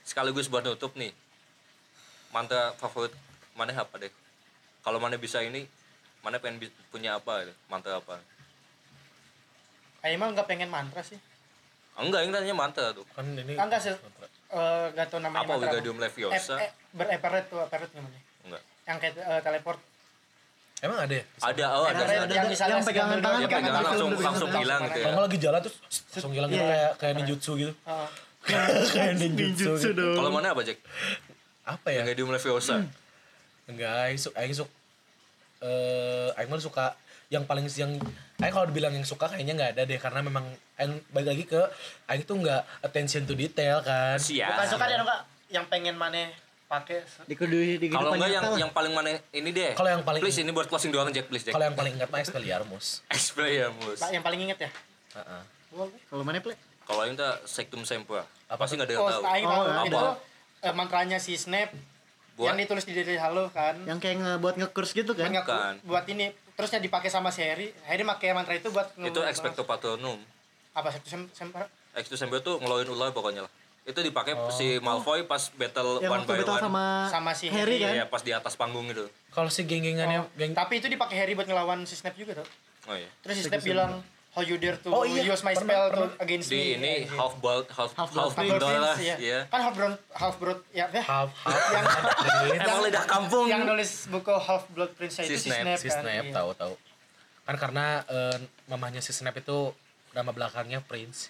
Speaker 1: sekaligus buat nutup nih. Mantra favorit mana apa deh? Kalau mana bisa ini, mana pengen bi- punya apa? gitu? Mantra apa?
Speaker 3: Nah, emang nggak pengen mantra sih
Speaker 1: Enggak, ini tanya mantra tuh.
Speaker 2: Kan ini
Speaker 3: Ah, enggak sih Eh, nggak tahu namanya
Speaker 1: Apa
Speaker 3: mantra
Speaker 1: Wigadium
Speaker 3: Eh,
Speaker 1: Leviosa?
Speaker 3: eh, bereperet tuh eperet namanya
Speaker 1: Enggak.
Speaker 3: yang kayak eh, teleport
Speaker 2: Emang ada ya?
Speaker 1: Ada, oh ada.
Speaker 3: Ada,
Speaker 1: ada.
Speaker 3: ada. yang misalnya
Speaker 4: yang pegangan
Speaker 3: sambil
Speaker 1: Dia
Speaker 3: duduk,
Speaker 4: tangan kan
Speaker 1: pegangan
Speaker 4: ada
Speaker 1: langsung
Speaker 4: film dulu
Speaker 1: langsung
Speaker 4: gitu.
Speaker 1: hilang gitu ya.
Speaker 2: Kalau nggak lagi jalan terus langsung hilang gitu
Speaker 4: Iya.
Speaker 2: kayak kayak ninjutsu gitu.
Speaker 3: Eh,
Speaker 2: [LAUGHS] kayak ninjutsu.
Speaker 4: Ninjutsu
Speaker 2: gitu.
Speaker 4: dong.
Speaker 1: Kalau mana apa, Jack?
Speaker 2: Apa ya?
Speaker 1: Wigadium Leviosa.
Speaker 2: Enggak, aing suka aing suka eh aing mah suka yang paling yang aing kalau dibilang yang suka kayaknya nggak ada deh karena memang aing balik lagi ke aing tuh nggak attention to detail kan.
Speaker 1: Sia.
Speaker 3: bukan suka dia enggak yang pengen maneh pakai se-
Speaker 4: Di kedua di
Speaker 1: Kalau
Speaker 4: kehidupan
Speaker 1: enggak yang
Speaker 4: nyata lah.
Speaker 1: yang paling mana ini deh.
Speaker 2: Kalau yang paling-
Speaker 1: Please ini buat closing doang, Jack, please, Jack. [LAUGHS]
Speaker 2: Kalau yang paling ingat mah Expelliarmus.
Speaker 1: Explain ya, Mus.
Speaker 3: yang paling inget ya
Speaker 2: Heeh.
Speaker 4: Kalau mana play?
Speaker 1: Kalau yang tak Sektum Sempra.
Speaker 2: Apa
Speaker 1: Pasti enggak ada yang
Speaker 3: oh
Speaker 1: tahu.
Speaker 3: aing tahu
Speaker 4: Oh,
Speaker 1: apa?
Speaker 3: itu eh, mantranya si snap
Speaker 1: Buat-
Speaker 3: yang ditulis di diri halo kan
Speaker 4: Yang kayak ngebuat ngekurs gitu kan?
Speaker 3: Buat
Speaker 1: Bukan.
Speaker 3: ngaku- buat ini terusnya dipakai sama si Harry Harry pakai mantra itu buat
Speaker 1: Itu
Speaker 3: ngebuat-
Speaker 1: Expecto Patronum.
Speaker 3: apa sih sem, sem, apa
Speaker 1: Execto Sempra tuh ngeluarin ular pokoknya lah. Itu dipakai si Malfoy pas battle
Speaker 4: Yang
Speaker 1: one
Speaker 4: waktu
Speaker 1: by
Speaker 4: battle
Speaker 1: one.
Speaker 4: sama,
Speaker 3: Sama si
Speaker 4: Harry
Speaker 1: Iya,
Speaker 4: kan?
Speaker 1: pas di atas panggung gitu.
Speaker 2: Kalau si geng-gengannya
Speaker 3: Oh,
Speaker 2: geng
Speaker 3: tapi itu dipakai Harry buat ngelawan si Snape juga tuh
Speaker 1: Oh iya.
Speaker 3: terus si Snape bilang how you dare to
Speaker 2: Oh, iya.
Speaker 3: use my
Speaker 2: Pernah,
Speaker 3: spell to
Speaker 2: pernah.
Speaker 3: against me
Speaker 1: Di ini
Speaker 3: Iya, iya.
Speaker 1: half bald half half,
Speaker 4: Half-blood
Speaker 1: blood lah,
Speaker 3: Prince, iya.
Speaker 1: ya.
Speaker 3: kan half brown half brood ya ya.
Speaker 2: half
Speaker 3: [LAUGHS]
Speaker 2: half
Speaker 3: yang
Speaker 1: Emang lidah kampung.
Speaker 3: yang nulis buku half blood prince
Speaker 1: Si
Speaker 3: itu si
Speaker 1: Snape,
Speaker 3: Snape,
Speaker 2: si
Speaker 3: kan
Speaker 2: Snape
Speaker 3: iya.
Speaker 2: tahu tahu. Kan karena eh, mamahnya si Snape itu nama belakangnya Prince.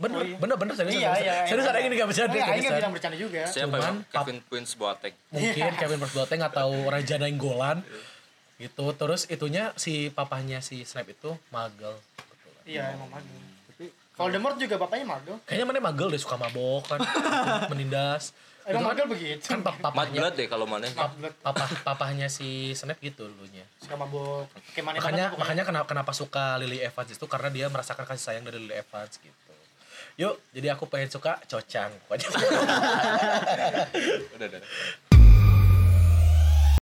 Speaker 2: Bener,
Speaker 3: Oh, iya.
Speaker 2: bener, bener, serius,
Speaker 3: iya
Speaker 2: serius,
Speaker 3: iya
Speaker 2: serius, ada
Speaker 3: iya.
Speaker 2: yang ini gak bercanda,
Speaker 3: Enggak, Aing nggak
Speaker 2: seriusan.
Speaker 3: bilang bercanda juga
Speaker 1: Siapa
Speaker 2: Cuman
Speaker 1: emang? Kevin Prince Boateng.
Speaker 2: mungkin Kevin Prince Boateng atau Raja Nainggolan gitu terus itunya si papahnya si Snape itu magel
Speaker 3: iya emang Muggle Voldemort juga bapaknya Muggle
Speaker 2: kayaknya mana magel deh suka mabok kan menindas
Speaker 3: emang Muggle begitu
Speaker 2: kan pap-
Speaker 1: Mad
Speaker 2: papahnya
Speaker 1: blood deh kalau mana.
Speaker 3: Mad blood
Speaker 2: papah papahnya si Snape gitu dulunya
Speaker 3: suka mabok kayak mana
Speaker 2: makanya makanya kenapa kenapa suka Lily Evans itu karena dia merasakan kasih sayang dari Lily Evans gitu [LAUGHS] yuk jadi aku pengen suka cocang
Speaker 1: Udah, udah. udah.